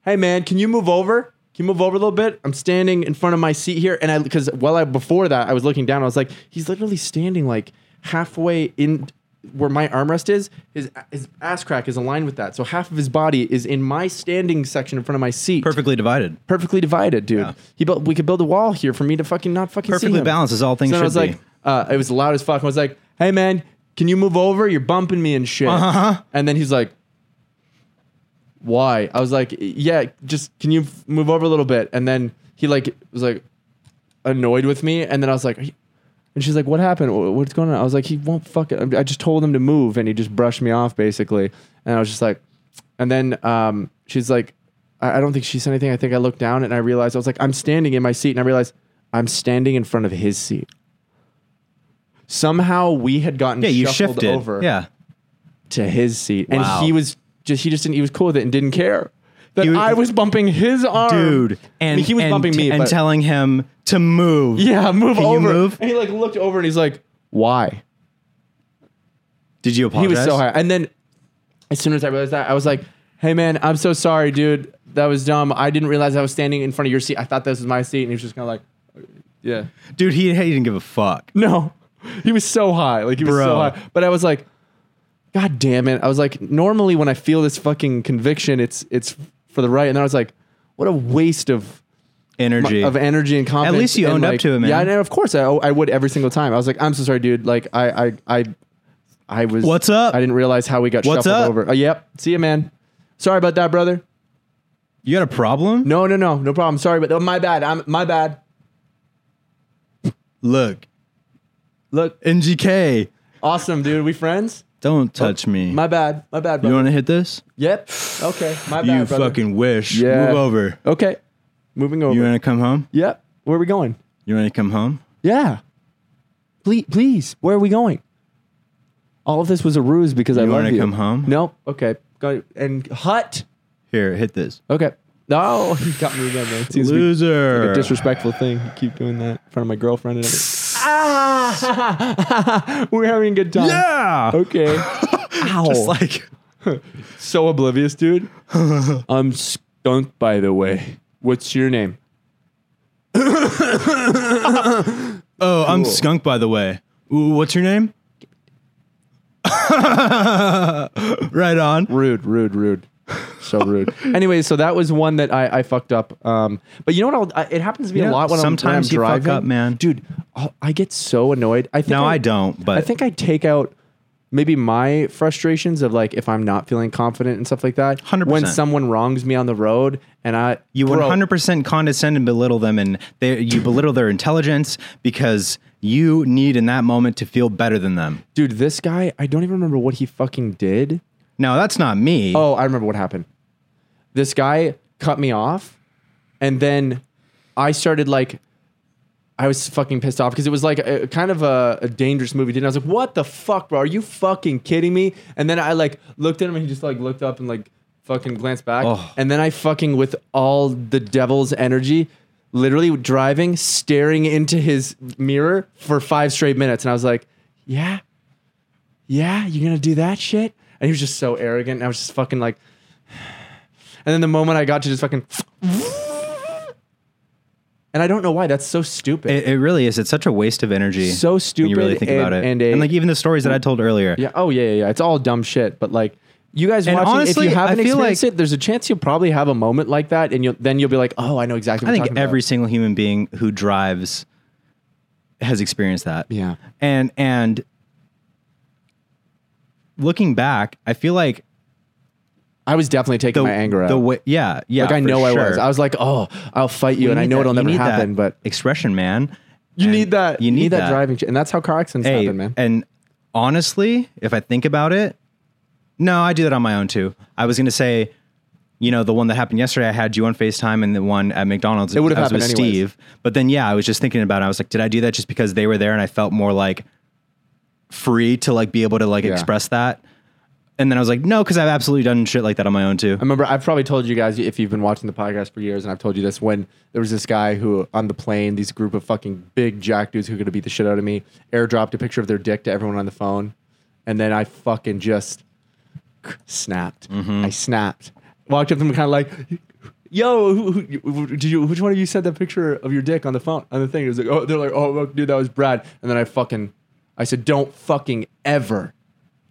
Speaker 1: hey man, can you move over? Can you move over a little bit? I'm standing in front of my seat here, and I because while I before that I was looking down, I was like, he's literally standing like halfway in where my armrest is. His his ass crack is aligned with that, so half of his body is in my standing section in front of my seat,
Speaker 2: Perfectly divided.
Speaker 1: perfectly divided, dude.
Speaker 2: Yeah.
Speaker 1: He built. We could build a wall here for me to fucking not fucking see
Speaker 2: Perfectly
Speaker 1: him.
Speaker 2: balanced as all things
Speaker 1: So then
Speaker 2: should
Speaker 1: I was like,
Speaker 2: be.
Speaker 1: uh, it was loud as fuck. I was like, hey man, can you move over? You're bumping me and shit. Uh-huh. And then he's like, why? I was like, yeah, just can you f- move over a little bit? And then he like was like annoyed with me, and then I was like. "Are you-" And she's like, "What happened? Wh- What's going on?" I was like, "He won't fuck it." I just told him to move, and he just brushed me off, basically. And I was just like, and then um, she's like, I, I don't think she said anything. I think I looked down and I realized I was like, I'm standing in my seat, and I realized I'm standing in front of his seat. Somehow we had gotten
Speaker 2: Yeah, you
Speaker 1: shuffled
Speaker 2: shifted.
Speaker 1: over
Speaker 2: Yeah.
Speaker 1: to his seat,
Speaker 2: Wow.
Speaker 1: and he was just he just didn't he was cool with it and didn't care that
Speaker 2: He was-
Speaker 1: I was bumping his arm,
Speaker 2: Dude.
Speaker 1: I mean,
Speaker 2: And
Speaker 1: he was
Speaker 2: and-
Speaker 1: bumping me
Speaker 2: and
Speaker 1: but-
Speaker 2: telling him to move.
Speaker 1: yeah, move
Speaker 2: Can you
Speaker 1: over.
Speaker 2: move?
Speaker 1: And he like looked over and he's like, why?
Speaker 2: Did
Speaker 1: He
Speaker 2: you apologize?
Speaker 1: was so high. And then as soon as I realized that, I was like, hey man, I'm so sorry, dude. That was dumb. I didn't realize I was standing in front of your seat. I thought this was my seat, and he was just kind of like, yeah.
Speaker 2: Dude, he, he didn't give a fuck.
Speaker 1: No, he was so high. Like he was so
Speaker 2: Bro.
Speaker 1: high. But I was like, God damn it! I was like, normally when I feel this fucking conviction, it's it's for the right. And then I was like, what a waste of
Speaker 2: Energy.
Speaker 1: of energy and confidence.
Speaker 2: least you
Speaker 1: and,
Speaker 2: owned up
Speaker 1: like-
Speaker 2: to it, man.
Speaker 1: Yeah, and of course I, I would every single time. I was like, I'm so sorry, dude. Like I I I, I was.
Speaker 2: What's up?
Speaker 1: I didn't realize how we got
Speaker 2: What's
Speaker 1: shuffled
Speaker 2: up?
Speaker 1: over. Oh, yep. See you, man. Sorry about that, brother.
Speaker 2: you got a problem?
Speaker 1: No, no, no, no problem. Sorry, but oh, my bad. I'm my bad.
Speaker 2: Look,
Speaker 1: Look,
Speaker 2: NGK,
Speaker 1: awesome, dude. We friends?
Speaker 2: don't touch me.
Speaker 1: My bad. My bad,
Speaker 2: you
Speaker 1: brother.
Speaker 2: want to hit this?
Speaker 1: yep. Okay. My bad,
Speaker 2: you
Speaker 1: brother.
Speaker 2: fucking wish.
Speaker 1: Yeah.
Speaker 2: Move over.
Speaker 1: Okay. Moving over.
Speaker 2: You want to come home?
Speaker 1: yep. Where are we going?
Speaker 2: You want to come home?
Speaker 1: Yeah. Please, please. Where are we going? All of this was a ruse because I
Speaker 2: You
Speaker 1: love
Speaker 2: wanna
Speaker 1: you.
Speaker 2: come home?
Speaker 1: Nope. Okay. Go and hut.
Speaker 2: Here, hit this.
Speaker 1: Okay. No, he got me again. Man. It seems to be
Speaker 2: Loser.
Speaker 1: a disrespectful thing. to Keep doing that in front of my girlfriend and everything. Ah! We're having a good time.
Speaker 2: yeah.
Speaker 1: Okay. Ow.
Speaker 2: Just like
Speaker 1: so oblivious, dude. I'm skunk, by the way. What's your name?
Speaker 2: Oh, I'm Skunk, by the way. Ooh, what's your name? right on.
Speaker 1: rude, rude, rude. So rude. anyway, so that was one that I, I fucked up. Um, but you know what? I'll, I, it happens to me
Speaker 2: Yeah,
Speaker 1: a lot when
Speaker 2: sometimes
Speaker 1: I'm,
Speaker 2: you
Speaker 1: when I'm
Speaker 2: fuck
Speaker 1: driving.
Speaker 2: up, man.
Speaker 1: Dude, I'll, I get so annoyed. I think
Speaker 2: No, I don't, but
Speaker 1: I think I take out maybe my frustrations of like if I'm not feeling confident and stuff like that.
Speaker 2: 100%.
Speaker 1: When someone wrongs me on the road and I
Speaker 2: you
Speaker 1: Bro,
Speaker 2: 100% condescend and belittle them, and they, you belittle their intelligence because you need in that moment to feel better than them.
Speaker 1: dude, this guy, I don't even remember what he fucking did.
Speaker 2: No, that's not me.
Speaker 1: Oh, I remember what happened. This guy cut me off, and then I started like, I was fucking pissed off because it was like a, kind of a, a dangerous movie. Didn't I was like, what the fuck, bro? Are you fucking kidding me? And then I like looked at him, and he just like looked up and like fucking glanced back,
Speaker 2: Oh.
Speaker 1: and then I fucking with all the devil's energy. Literally driving, staring into his mirror for five straight minutes. And I was like, yeah, yeah, you're gonna do that shit? And he was just so arrogant. And I was just fucking like, and then the moment I got to just fucking, and I don't know why. That's so stupid.
Speaker 2: It, it really is. It's such a waste of energy.
Speaker 1: So
Speaker 2: When you really
Speaker 1: stupid
Speaker 2: think
Speaker 1: and-
Speaker 2: about it.
Speaker 1: and a-
Speaker 2: like even the stories that I told earlier.
Speaker 1: yeah. Oh yeah, yeah, yeah. It's all dumb shit. But like, you guys
Speaker 2: And
Speaker 1: watching,
Speaker 2: honestly,
Speaker 1: if you haven't
Speaker 2: I feel
Speaker 1: experienced
Speaker 2: like-
Speaker 1: it, there's a chance you'll probably have a moment like that, and you'll then you'll be like, oh, I know exactly.
Speaker 2: I
Speaker 1: What
Speaker 2: think every single human being who drives has experienced that.
Speaker 1: Yeah.
Speaker 2: And and looking back, I feel like
Speaker 1: I was definitely taking
Speaker 2: the
Speaker 1: my anger out.
Speaker 2: the way yeah, yeah.
Speaker 1: like I
Speaker 2: for
Speaker 1: know I was.
Speaker 2: sure.
Speaker 1: I was like, oh, I'll fight you,
Speaker 2: You
Speaker 1: and I
Speaker 2: need
Speaker 1: know
Speaker 2: that-
Speaker 1: it'll
Speaker 2: you
Speaker 1: never
Speaker 2: need that
Speaker 1: happen. But
Speaker 2: expression, man.
Speaker 1: you
Speaker 2: And
Speaker 1: need that.
Speaker 2: You need,
Speaker 1: that,
Speaker 2: that
Speaker 1: driving, ch- and that's how car accidents
Speaker 2: Hey,
Speaker 1: happen, man.
Speaker 2: And honestly, if I think about it, no, I do that on my own too. I was gonna say, you know, the one that happened yesterday, I had you on FaceTime and the one at McDonald's. It
Speaker 1: would've
Speaker 2: I was with
Speaker 1: happened anyways.
Speaker 2: Steve. But then yeah, I was just thinking about it. I was like, did I do that just because they were there and I felt more like free to like be able to like
Speaker 1: Yeah.
Speaker 2: express that. And then I was like, no, because I've absolutely done shit like that on my own too.
Speaker 1: I remember I've probably told you guys if you've been watching the podcast for years, and I've told you this when there was this guy who on the plane, these group of fucking big jack dudes who could have beat the shit out of me, airdropped a picture of their dick to everyone on the phone, and then I fucking just snapped. I snapped. Walked up to him kind of like, "Yo, who, who, who- did you? Which one of you sent that picture of your dick on the phone on the thing?" It was like, "Oh, they're like, oh, look, dude, that was Brad." And then I fucking, I said, "Don't fucking ever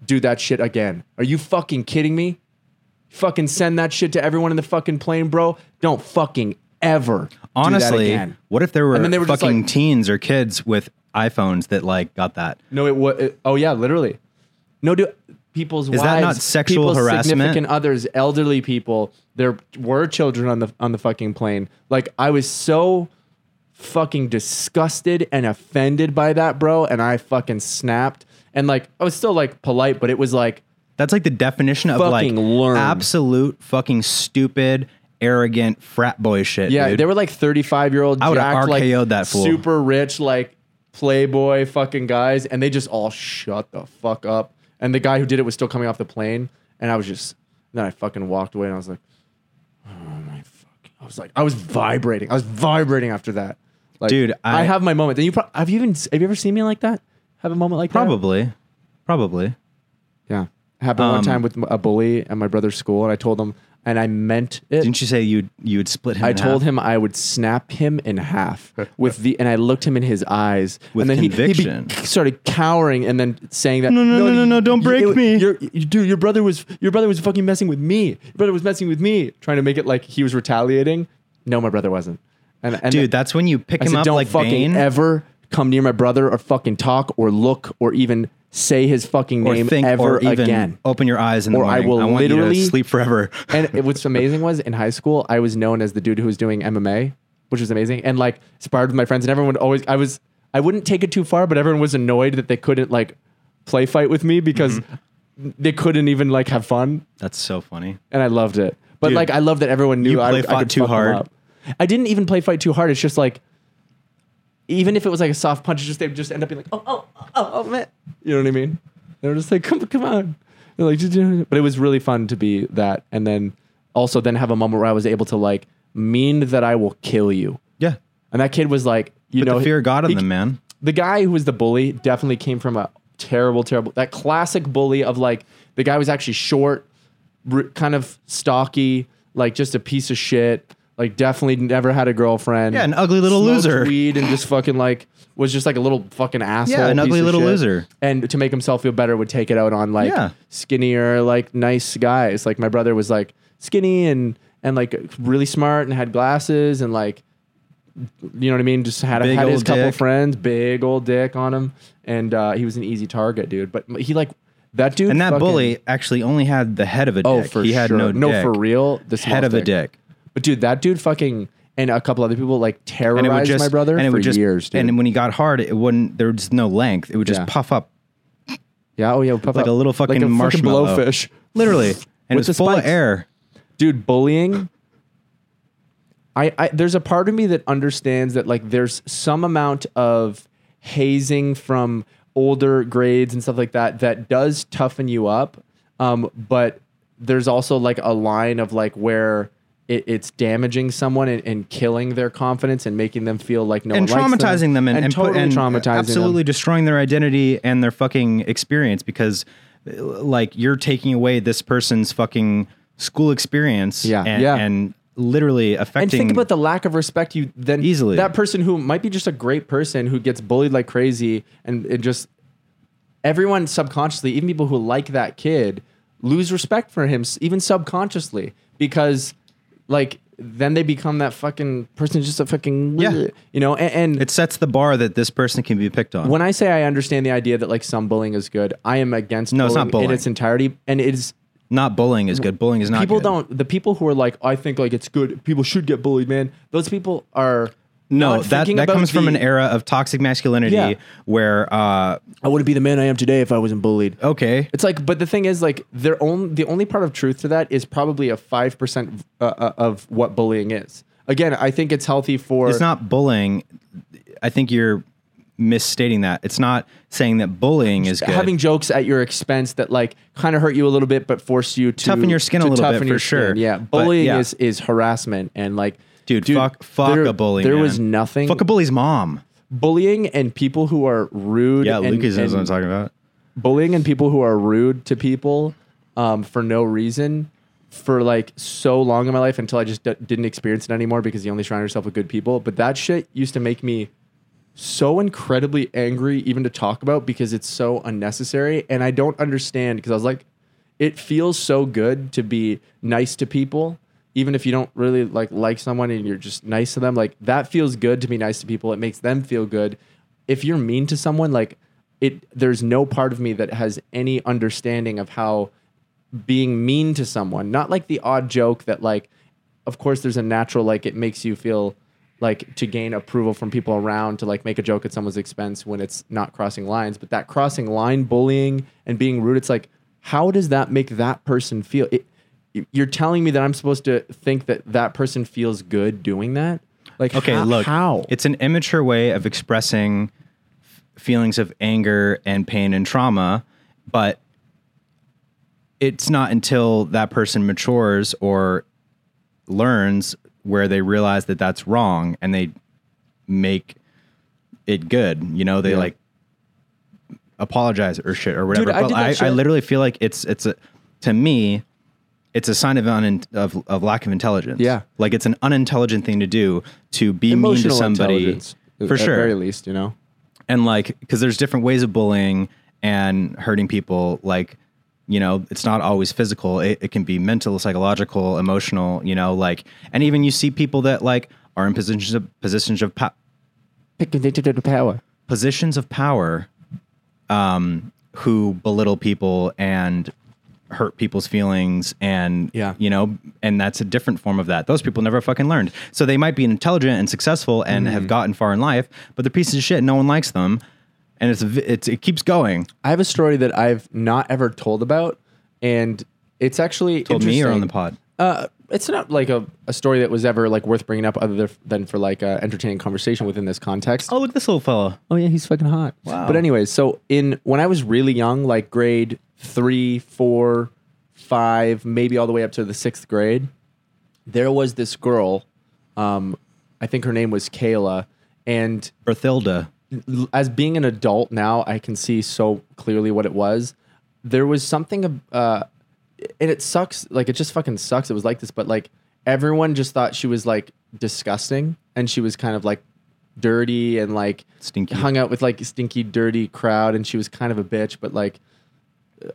Speaker 1: do that shit again." Are you fucking kidding me? Fucking send that shit to everyone in the fucking plane, bro. Don't fucking ever do that
Speaker 2: Honestly,
Speaker 1: again.
Speaker 2: what if there were,
Speaker 1: And then they were just
Speaker 2: fucking
Speaker 1: like-
Speaker 2: teens or kids with iPhones that like got that?
Speaker 1: No, it was. Oh yeah, literally. No, do people's
Speaker 2: Is
Speaker 1: wives,
Speaker 2: that not sexual
Speaker 1: people's
Speaker 2: harassment?
Speaker 1: significant others, elderly people. There were children on the on the fucking plane. Like I was so fucking disgusted and offended by that, bro. And I fucking snapped. And like I was still like polite, but it was like
Speaker 2: That's like the definition of like
Speaker 1: Fucking learn.
Speaker 2: absolute fucking stupid, arrogant frat boy shit.
Speaker 1: yeah,
Speaker 2: dude.
Speaker 1: they were like thirty five year old.
Speaker 2: I would've
Speaker 1: jacked, like,
Speaker 2: RKO'd that fool.
Speaker 1: super rich like playboy fucking guys, and they just all shut the fuck up. And the guy who did it was still coming off the plane, and I was just then I fucking walked away, and I was like, oh my fucking, I was like, I was vibrating, I was vibrating after that, like,
Speaker 2: Dude,
Speaker 1: I,
Speaker 2: I-
Speaker 1: have my moment. Then you pro- have you even have you ever seen me like that? Have a moment like that?
Speaker 2: probably, probably.
Speaker 1: Yeah, happened
Speaker 2: Um,
Speaker 1: one time with a bully at my brother's school, and I told him, and I meant it.
Speaker 2: Didn't you say you you would split him?
Speaker 1: I
Speaker 2: in
Speaker 1: told
Speaker 2: half?
Speaker 1: him I would snap him in half with the, and I looked him in his eyes,
Speaker 2: With
Speaker 1: and then he-
Speaker 2: conviction.
Speaker 1: he, be- started cowering, and then saying that,
Speaker 2: No, no, no, no, no, don't break me."
Speaker 1: your, you- dude. Your brother was, your brother was fucking messing with me. Your brother was messing with me, trying to make it like he was retaliating. No, my brother wasn't. And, and
Speaker 2: dude, that's when you pick
Speaker 1: I
Speaker 2: him
Speaker 1: said,
Speaker 2: up
Speaker 1: don't
Speaker 2: like
Speaker 1: fucking
Speaker 2: Bane
Speaker 1: ever come near my brother, or fucking talk, or look, or even say his fucking
Speaker 2: or
Speaker 1: name
Speaker 2: think
Speaker 1: ever
Speaker 2: or even
Speaker 1: again.
Speaker 2: open your eyes in the
Speaker 1: Or I
Speaker 2: morning.
Speaker 1: will
Speaker 2: want you to
Speaker 1: literally-
Speaker 2: sleep forever.
Speaker 1: and it, what's amazing was in high school, I was known as the dude who was doing MMA, which was amazing, and like sparred with my friends, and everyone would always I was I wouldn't take it too far, but everyone was annoyed that they couldn't like play fight with me because they couldn't even like have fun,
Speaker 2: That's so funny.
Speaker 1: and I loved it. But
Speaker 2: Dude,
Speaker 1: like I loved that everyone knew
Speaker 2: you
Speaker 1: I,
Speaker 2: play
Speaker 1: I
Speaker 2: fought
Speaker 1: could
Speaker 2: too
Speaker 1: fuck them
Speaker 2: hard.
Speaker 1: up. I didn't even play fight too hard. It's just like even if it was like a soft punch, it's just they'd just end up being like, oh, oh, oh, oh, man. You know what I mean? They were just like, come, come on. They're like, "Did you-" but it was really fun to be that, and then also then have a moment where I was able to like mean that I will kill you,
Speaker 2: Yeah,
Speaker 1: and that kid was like, you
Speaker 2: put
Speaker 1: know,
Speaker 2: the fear of God in
Speaker 1: he-
Speaker 2: them, man.
Speaker 1: the guy who was the bully definitely came from a terrible, terrible, that classic bully of like the guy was actually short, r- kind of stocky, like just a piece of shit. Like definitely never had a girlfriend.
Speaker 2: Yeah, an ugly little
Speaker 1: Smoked
Speaker 2: loser.
Speaker 1: Weed and just fucking like was just like a little fucking asshole.
Speaker 2: Yeah, an
Speaker 1: piece
Speaker 2: ugly
Speaker 1: of
Speaker 2: little
Speaker 1: shit.
Speaker 2: loser.
Speaker 1: And to make himself feel better, would take it out on like
Speaker 2: Yeah.
Speaker 1: skinnier, like nice guys. Like my brother was like skinny and and like really smart and had glasses and like you know what I mean. Just had
Speaker 2: Big
Speaker 1: had his
Speaker 2: old
Speaker 1: couple
Speaker 2: dick.
Speaker 1: friends, big old dick on him, and uh, he was an easy target, dude. But he like that dude
Speaker 2: And that
Speaker 1: fucking-
Speaker 2: bully actually only had the head of a dick.
Speaker 1: Oh, for
Speaker 2: he had
Speaker 1: sure.
Speaker 2: no dick.
Speaker 1: for real. The small
Speaker 2: head of a dick.
Speaker 1: But dude, that dude fucking and a couple other people like terrorized
Speaker 2: and it would just
Speaker 1: my brother
Speaker 2: and it
Speaker 1: for
Speaker 2: would just,
Speaker 1: years, dude.
Speaker 2: And when he got hard, it wouldn't. There was no length. It would just
Speaker 1: Yeah.
Speaker 2: puff up
Speaker 1: yeah, oh yeah, puff
Speaker 2: like
Speaker 1: up.
Speaker 2: a little fucking
Speaker 1: like a
Speaker 2: marshmallow,
Speaker 1: fucking blowfish.
Speaker 2: literally, and it
Speaker 1: With
Speaker 2: was
Speaker 1: the
Speaker 2: full of
Speaker 1: spikes.
Speaker 2: air.
Speaker 1: dude bullying I, I there's a part of me that understands that like there's some amount of hazing from older grades and stuff like that that does toughen you up um, but there's also like a line of like where it, it's damaging someone and, and killing their confidence and making them feel like no
Speaker 2: and
Speaker 1: one Oh, likes them.
Speaker 2: traumatizing them and, and, put-
Speaker 1: totally
Speaker 2: and
Speaker 1: traumatizing them.
Speaker 2: absolutely destroying their identity and their fucking experience because uh, like you're taking away this person's fucking school experience
Speaker 1: Yeah.
Speaker 2: and,
Speaker 1: Yeah.
Speaker 2: and literally affecting
Speaker 1: and think about the lack of respect you then
Speaker 2: Easily.
Speaker 1: that person who might be just a great person who gets bullied like crazy and, and just everyone subconsciously even people who like that kid lose respect for him s- even subconsciously because like then they become that fucking person who's just a fucking
Speaker 2: Yeah.
Speaker 1: you know and, and
Speaker 2: it sets the bar that this person can be picked on
Speaker 1: when I say I understand the idea that like some bullying is good I am against
Speaker 2: No, it's not bullying.
Speaker 1: in its entirety and it's
Speaker 2: not bullying is good bullying is not
Speaker 1: people
Speaker 2: good.
Speaker 1: don't the people who are like I think like it's good people should get bullied man those people are
Speaker 2: no
Speaker 1: not
Speaker 2: that
Speaker 1: thinking
Speaker 2: that
Speaker 1: about
Speaker 2: comes from
Speaker 1: the-
Speaker 2: an era of toxic masculinity
Speaker 1: Yeah.
Speaker 2: where uh
Speaker 1: I wouldn't be the man I am today if I wasn't bullied.
Speaker 2: okay
Speaker 1: Oh. It's like, but the thing is, like, their own the only part of truth to that is probably a five percent uh, uh, of what bullying is. Again, I think it's healthy for
Speaker 2: it's not bullying i think you're misstating that. It's not saying that bullying is good.
Speaker 1: having jokes at your expense that like kind of hurt you a little bit, but force you to
Speaker 2: Toughen your skin a
Speaker 1: to
Speaker 2: little bit,
Speaker 1: toughen
Speaker 2: for
Speaker 1: your skin.
Speaker 2: sure.
Speaker 1: Yeah,
Speaker 2: But,
Speaker 1: bullying
Speaker 2: yeah.
Speaker 1: is is harassment and like,
Speaker 2: dude, fuck, fuck
Speaker 1: there,
Speaker 2: a bully.
Speaker 1: There
Speaker 2: man.
Speaker 1: was nothing.
Speaker 2: Fuck a bully's mom.
Speaker 1: bullying and people who are rude.
Speaker 2: Yeah,
Speaker 1: and,
Speaker 2: Lucas
Speaker 1: and
Speaker 2: knows what I'm talking about.
Speaker 1: bullying and people who are rude to people um, for no reason for like so long in my life until I just d- didn't experience it anymore because you only surround yourself with good people. But that shit used to make me so incredibly angry even to talk about because it's so unnecessary. And I don't understand because I was like, it feels so good to be nice to people. Even if you don't really like like someone and you're just nice to them, like that feels good to be nice to people. It makes them feel good. If you're mean to someone, like it, there's no part of me that has any understanding of how being mean to someone, not like the odd joke that like of course there's a natural like it makes you feel like to gain approval from people around to like make a joke at someone's expense when it's not crossing lines, but that crossing line bullying and being rude, it's like how does that make that person feel? It, you're telling me that I'm supposed to think that that person feels good doing that? Like
Speaker 2: Okay,
Speaker 1: ho-
Speaker 2: look.
Speaker 1: how?
Speaker 2: It's an immature way of expressing f- feelings of anger and pain and trauma, but it's not until that person matures or learns where they realize that that's wrong and they make it good. You know, they
Speaker 1: Yeah.
Speaker 2: like apologize or shit or whatever.
Speaker 1: I
Speaker 2: but
Speaker 1: did that
Speaker 2: I, I,
Speaker 1: shit.
Speaker 2: literally feel like it's it's a to me it's a sign of un, of of lack of intelligence.
Speaker 1: Yeah.
Speaker 2: like it's an unintelligent thing to do to be mean to
Speaker 1: Emotional
Speaker 2: somebody
Speaker 1: intelligence, uh,
Speaker 2: for
Speaker 1: at very
Speaker 2: sure.
Speaker 1: least, you know.
Speaker 2: And like because there's different ways of bullying and hurting people. Like you know, it's not always physical. It, it can be mental, psychological, emotional. You know, like and even you see people that like are in positions of positions of power
Speaker 1: power.
Speaker 2: positions of power um, who belittle people and hurt people's feelings and
Speaker 1: Yeah.
Speaker 2: you know and that's a different form of that those people never fucking learned so they might be intelligent and successful and
Speaker 1: Mm-hmm.
Speaker 2: have gotten far in life but they're pieces of shit no one likes them and it's, a vi- it's it keeps going
Speaker 1: I have a story that I've not ever told about, and it's actually
Speaker 2: told me or on
Speaker 1: interesting.
Speaker 2: the pod
Speaker 1: Uh, it's not like a, a story that was ever like worth bringing up, other than for like uh, entertaining conversation within this context.
Speaker 2: oh look at this little fella
Speaker 1: Oh yeah, he's fucking hot.
Speaker 2: Wow.
Speaker 1: But anyways, so in when I was really young, like grade three, four, five, maybe all the way up to the sixth grade, there was this girl. Um, I think her name was Kayla, and
Speaker 2: berthilda
Speaker 1: l- as being an adult now, I can see so clearly what it was. There was something, ab- uh, and it sucks. Like it just fucking sucks. It was like this, but like everyone just thought she was like disgusting, and she was kind of like dirty and like
Speaker 2: Stinky.
Speaker 1: hung out with like a stinky, dirty crowd, and she was kind of a bitch, but like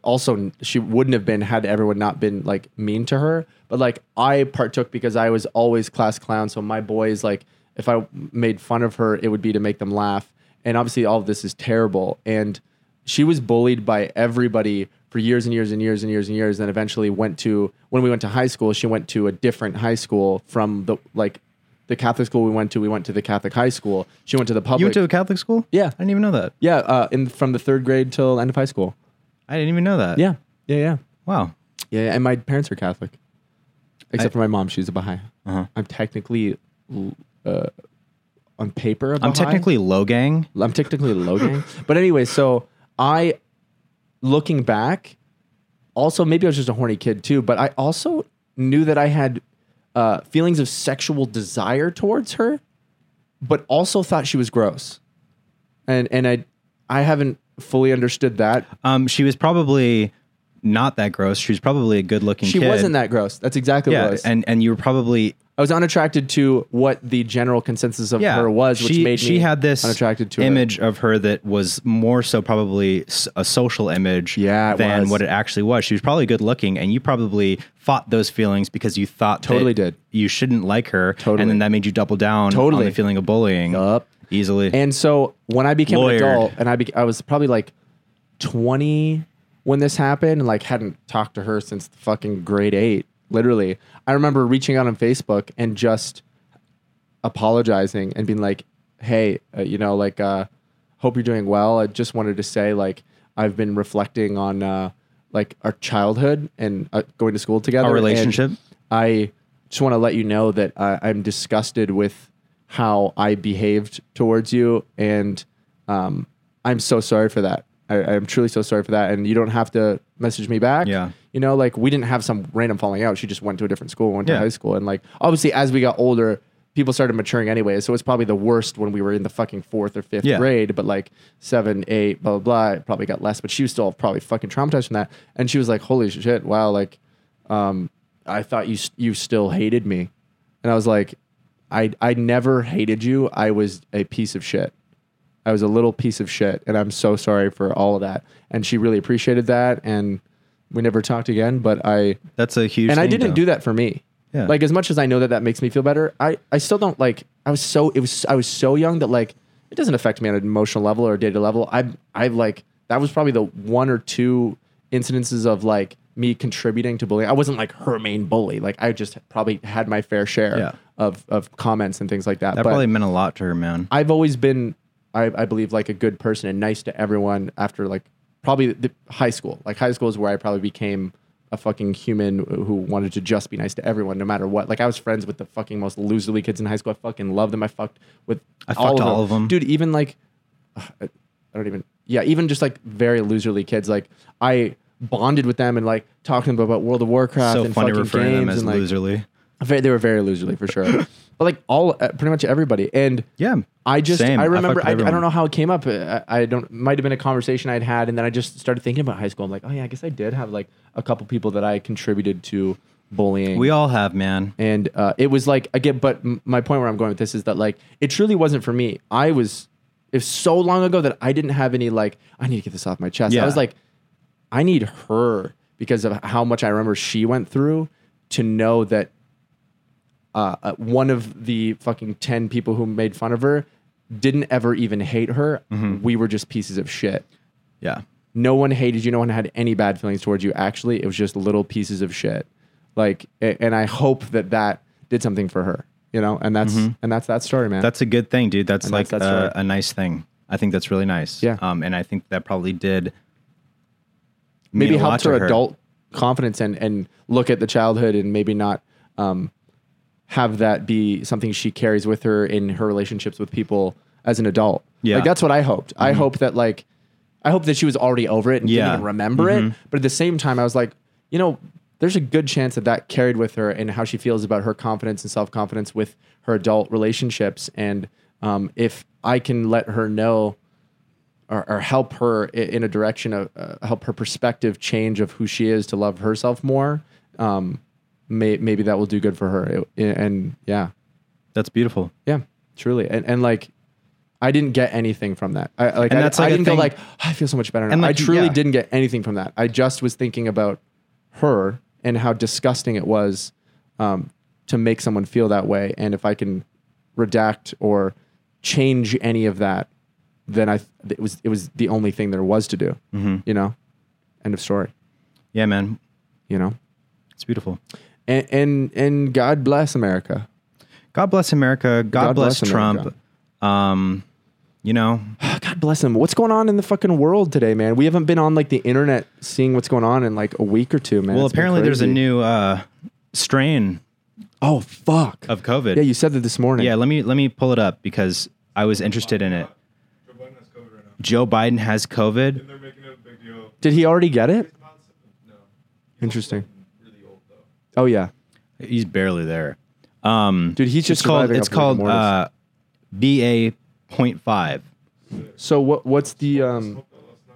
Speaker 1: also she wouldn't have been had everyone not been like mean to her but like i partook because i was always class clown so my boys like if i made fun of her it would be to make them laugh and obviously all of this is terrible and she was bullied by everybody for years and years and years and years and years and eventually went to when we went to high school she went to a different high school from the like the catholic school we went to we went to the catholic high school she went to the public
Speaker 2: you went to a catholic school
Speaker 1: Yeah.
Speaker 2: i didn't even know that
Speaker 1: yeah uh, in from the third grade till end of high school
Speaker 2: i didn't even know that
Speaker 1: yeah yeah yeah
Speaker 2: wow
Speaker 1: yeah, yeah, and my parents are Catholic, except for my mom. She's a Baha'i.
Speaker 2: Uh-huh.
Speaker 1: I'm technically, l- uh, on paper, a
Speaker 2: i'm
Speaker 1: Baha'i.
Speaker 2: technically low gang
Speaker 1: I'm technically Logan. but anyway, so I, looking back, also maybe I was just a horny kid too, but I also knew that I had uh, feelings of sexual desire towards her, but also thought she was gross, and and I, I haven't fully understood that.
Speaker 2: um she was probably not that gross she was probably a good looking
Speaker 1: She
Speaker 2: kid
Speaker 1: wasn't that gross. That's exactly what
Speaker 2: yeah
Speaker 1: it was.
Speaker 2: and and you were probably
Speaker 1: I was unattracted to what the general consensus of
Speaker 2: yeah
Speaker 1: her was, which
Speaker 2: she,
Speaker 1: made
Speaker 2: she
Speaker 1: me
Speaker 2: had this
Speaker 1: unattracted to her.
Speaker 2: image of her that was more so probably s- a social image
Speaker 1: Yeah, it
Speaker 2: than
Speaker 1: was.
Speaker 2: what it actually was she was probably good looking and you probably fought those feelings because you thought that
Speaker 1: Totally did.
Speaker 2: you shouldn't like her and
Speaker 1: Totally.
Speaker 2: then that made you double down on
Speaker 1: Totally.
Speaker 2: the feeling of bullying
Speaker 1: Yup.
Speaker 2: easily
Speaker 1: And so when I became an
Speaker 2: Lawyered.
Speaker 1: adult, and I be- I was probably like twenty when this happened, and like hadn't talked to her since fucking grade eight. Literally, I remember reaching out on Facebook and just apologizing and being like, "Hey, uh, you know, like, uh, hope you're doing well. I just wanted to say, like, I've been reflecting on uh, like our childhood and uh, going to school together,
Speaker 2: Our
Speaker 1: and
Speaker 2: relationship?
Speaker 1: I just want to let you know that uh, I'm disgusted with how I behaved towards you, and Um, I'm so sorry for that. I, I'm truly so sorry for that. And you don't have to message me back.
Speaker 2: Yeah.
Speaker 1: You know, like we didn't have some random falling out. She just went to a different school, went to
Speaker 2: Yeah.
Speaker 1: high school. And like, obviously, as we got older, people started maturing anyway. So it's probably the worst when we were in the fucking fourth or fifth
Speaker 2: Yeah.
Speaker 1: grade, but like seven, eight, blah, blah, blah. It probably got less, but she was still probably fucking traumatized from that. And she was like, holy shit, wow. Like, um, I thought you, s- you still hated me. And I was like, I, I never hated you. I was a piece of shit. I was a little piece of shit, and I'm so sorry for all of that. And she really appreciated that, and we never talked again. But I
Speaker 2: That's a huge.
Speaker 1: and I
Speaker 2: thing,
Speaker 1: didn't
Speaker 2: though.
Speaker 1: do that for me.
Speaker 2: Yeah.
Speaker 1: Like as much as I know that that makes me feel better, I I still don't like. I was so it was I was so young that like it doesn't affect me on an emotional level or a day to level. I I like that was probably the one or two incidences of like me contributing to bullying. I wasn't like her main bully. Like I just probably had my fair share
Speaker 2: Yeah.
Speaker 1: of of comments and things like that.
Speaker 2: That
Speaker 1: but,
Speaker 2: probably meant a lot to her, man.
Speaker 1: I've always been, I, I believe, like a good person and nice to everyone after like probably the high school. Like high school is where I probably became a fucking human who wanted to just be nice to everyone no matter what. Like I was friends with the fucking most loserly kids in high school. I fucking loved them. I fucked with
Speaker 2: I fucked all of them.
Speaker 1: dude. Even like, I don't even. Yeah, even just like very loserly kids. Like I bonded with them and like talking to them about World of Warcraft
Speaker 2: so
Speaker 1: and
Speaker 2: funny
Speaker 1: fucking
Speaker 2: referring to them
Speaker 1: games
Speaker 2: as
Speaker 1: and like
Speaker 2: loserly.
Speaker 1: very, they were very loserly for sure. but like all, uh, pretty much everybody. And
Speaker 2: Yeah,
Speaker 1: I just,
Speaker 2: same.
Speaker 1: I
Speaker 2: I
Speaker 1: remember,
Speaker 2: fucked
Speaker 1: I, I,
Speaker 2: with
Speaker 1: don't
Speaker 2: everyone.
Speaker 1: know how it came up. I, I don't, might have been a conversation I'd had. And then I just started thinking about high school. I'm like, oh yeah, I guess I did have like a couple people that I contributed to bullying.
Speaker 2: We all have, man.
Speaker 1: and uh, it was like, again, but m- my point where I'm going with this is that like, it truly wasn't for me. I was, it was so long ago that I didn't have any like, I need to get this off my chest. I
Speaker 2: Yeah.
Speaker 1: was like, I need her because of how much I remember she went through to know that uh, uh, one of the fucking 10 people who made fun of her didn't ever even hate her. We were just pieces of shit.
Speaker 2: Yeah,
Speaker 1: No one hated you. No one had any bad feelings towards you. Actually, it was just little pieces of shit. Like, a- and I hope that that did something for her, you know, and that's,
Speaker 2: Mm-hmm.
Speaker 1: and that's that story, man.
Speaker 2: that's a good thing, dude. That's
Speaker 1: And
Speaker 2: like
Speaker 1: that's- that's
Speaker 2: a,
Speaker 1: right.
Speaker 2: a nice thing. I think that's really nice.
Speaker 1: Yeah.
Speaker 2: Um, and I think that probably did mean
Speaker 1: maybe
Speaker 2: a lot
Speaker 1: helps
Speaker 2: to
Speaker 1: her adult confidence and and look at the childhood and maybe not um, have that be something she carries with her in her relationships with people as an adult.
Speaker 2: Yeah. Mm-hmm.
Speaker 1: like that's what I hoped. I hope that like I hope that she was already over it and
Speaker 2: Yeah.
Speaker 1: didn't even remember it. But at the same time, I was like, you know, there's a good chance that that carried with her and how she feels about her confidence and self confidence with her adult relationships. And um, if I can let her know or, or help her i- in a direction of uh, help her perspective change of who she is to love herself more um may, maybe that will do good for her It- i- and yeah
Speaker 2: That's beautiful.
Speaker 1: yeah truly and and like i didn't get anything from that i like,
Speaker 2: And
Speaker 1: I,
Speaker 2: that's
Speaker 1: I
Speaker 2: like a
Speaker 1: didn't
Speaker 2: thing-
Speaker 1: go like "Oh, i feel so much better now.
Speaker 2: And, like,
Speaker 1: i truly
Speaker 2: yeah.
Speaker 1: didn't get anything from that i just was thinking about her and how disgusting it was um to make someone feel that way and if i can redact or change any of that then i it was it was the only thing there was to do
Speaker 2: Mm-hmm.
Speaker 1: you know end of story
Speaker 2: Yeah, man.
Speaker 1: you know
Speaker 2: It's beautiful.
Speaker 1: and and and god bless america
Speaker 2: God bless America. God,
Speaker 1: God
Speaker 2: bless,
Speaker 1: bless
Speaker 2: Trump.
Speaker 1: America.
Speaker 2: Um, you know,
Speaker 1: God bless him. What's going on in the fucking world today, man? We haven't been on like the internet seeing what's going on in like a week or two, man.
Speaker 2: well,
Speaker 1: It's been
Speaker 2: apparently there's a
Speaker 1: crazy.
Speaker 2: new uh, strain
Speaker 1: Oh fuck.
Speaker 2: of COVID.
Speaker 1: yeah, you said that this morning.
Speaker 2: yeah, let me let me pull it up because I was interested in it.
Speaker 3: Joe Biden has COVID right now.
Speaker 2: Joe Biden has
Speaker 3: And
Speaker 2: COVID.
Speaker 3: they're making it a big deal.
Speaker 1: Did he already get it?
Speaker 3: He's not sick- No. He's
Speaker 1: Interesting.
Speaker 3: also Really old though.
Speaker 1: Oh yeah,
Speaker 2: He's barely there. Um,
Speaker 1: dude. He's just
Speaker 2: it's called
Speaker 1: surviving
Speaker 2: it's
Speaker 1: off rigor
Speaker 2: called
Speaker 1: mortis.
Speaker 2: uh, BA point five.
Speaker 1: so what? What's the um
Speaker 3: Hope that last night.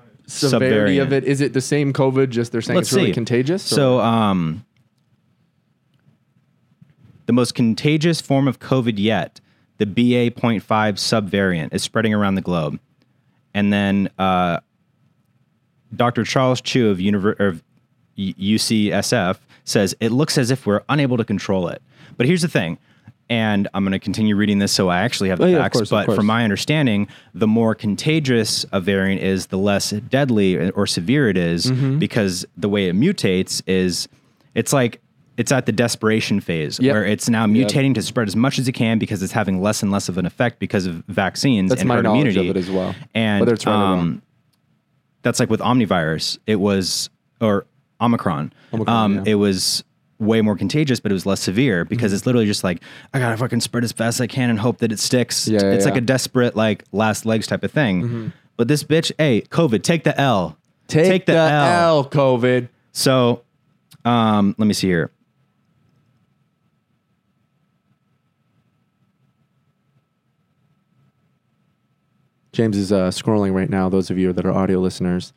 Speaker 1: severity
Speaker 2: subvariant.
Speaker 1: of it? Is it the same COVID? Just they're saying
Speaker 2: Let's
Speaker 1: it's really
Speaker 2: see.
Speaker 1: contagious. or-
Speaker 2: So, um, the most contagious form of COVID yet, the BA.5 subvariant, is spreading around the globe. And then uh, Dr. Charles Chu of, Univer- of U- UCSF says it looks as if we're unable to control it. But here's the thing, and I'm going to continue reading this so I actually have the
Speaker 1: Oh, yeah, of
Speaker 2: facts.
Speaker 1: course, of
Speaker 2: but
Speaker 1: course.
Speaker 2: from my understanding, the more contagious a variant is, the less deadly or severe it is,
Speaker 1: Mm-hmm.
Speaker 2: because the way it mutates is it's like it's at the desperation phase
Speaker 1: Yep.
Speaker 2: where it's now mutating to spread as much as it can because it's having less and less of an effect because of vaccines
Speaker 1: That's
Speaker 2: and
Speaker 1: my
Speaker 2: herd
Speaker 1: knowledge of
Speaker 2: immunity
Speaker 1: it as well.
Speaker 2: And
Speaker 1: Whether it's right or
Speaker 2: um,
Speaker 1: wrong.
Speaker 2: that's like with Omnivirus. It was or Omicron.
Speaker 1: Omicron,
Speaker 2: um,
Speaker 1: yeah. Mm-hmm.
Speaker 2: It was way more contagious, but it was less severe because it's literally just like I gotta fucking spread as fast as I can and hope that it sticks.
Speaker 1: Yeah, yeah,
Speaker 2: it's like
Speaker 1: yeah. Mm-hmm.
Speaker 2: a desperate like last legs type of thing. But this bitch, hey, COVID, take the L.
Speaker 1: Take, the, L, COVID.
Speaker 2: So, um, let me see here.
Speaker 1: James is uh, scrolling right now. Those of you that are audio listeners,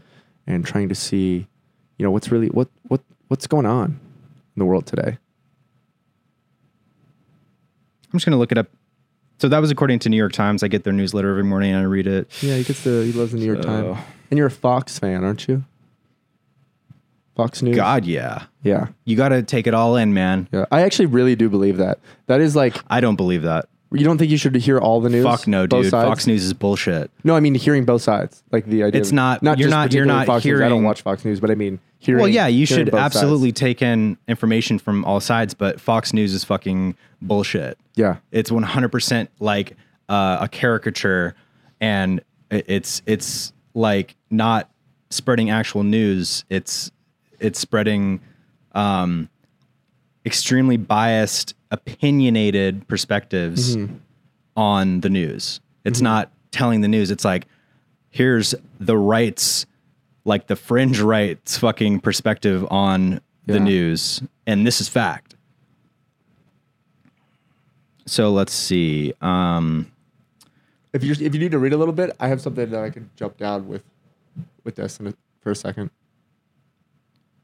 Speaker 1: and trying to see, you know, what's really what what what's going on in the world today.
Speaker 2: I'm just gonna look it up. So that was according to New York Times. I get their newsletter every morning and I read it.
Speaker 1: Yeah, he gets the he loves the New York Times, and you're a Fox fan, aren't you? Fox News.
Speaker 2: God, yeah,
Speaker 1: Yeah,
Speaker 2: you gotta take it all in, man.
Speaker 1: yeah. I actually really do believe that. That is like
Speaker 2: I don't believe that.
Speaker 1: you don't think you should hear all the news.
Speaker 2: Fuck no,
Speaker 1: both
Speaker 2: dude.
Speaker 1: sides?
Speaker 2: Fox News is bullshit.
Speaker 1: No, I mean hearing both sides, like the idea.
Speaker 2: It's
Speaker 1: of-
Speaker 2: not- you're
Speaker 1: just
Speaker 2: not-
Speaker 1: particularly
Speaker 2: you're not
Speaker 1: Fox News. I don't
Speaker 2: hearing-
Speaker 1: watch Fox News, but I mean hearing.
Speaker 2: Well, yeah, you
Speaker 1: hearing
Speaker 2: should
Speaker 1: both sides.
Speaker 2: absolutely take in information from all sides, but Fox News is fucking bullshit.
Speaker 1: Yeah,
Speaker 2: It's 100% like uh, a caricature and i- it's it's like not spreading actual news. It's it's spreading um extremely biased, opinionated perspectives
Speaker 1: Mm-hmm.
Speaker 2: on the news. It's not telling the news. It's like here's the rights like the fringe rights fucking perspective on the
Speaker 1: Yeah.
Speaker 2: news and this is fact so let's see um
Speaker 1: if you if you need to read a little bit, I have something that I can jump down with with this in a, for a second.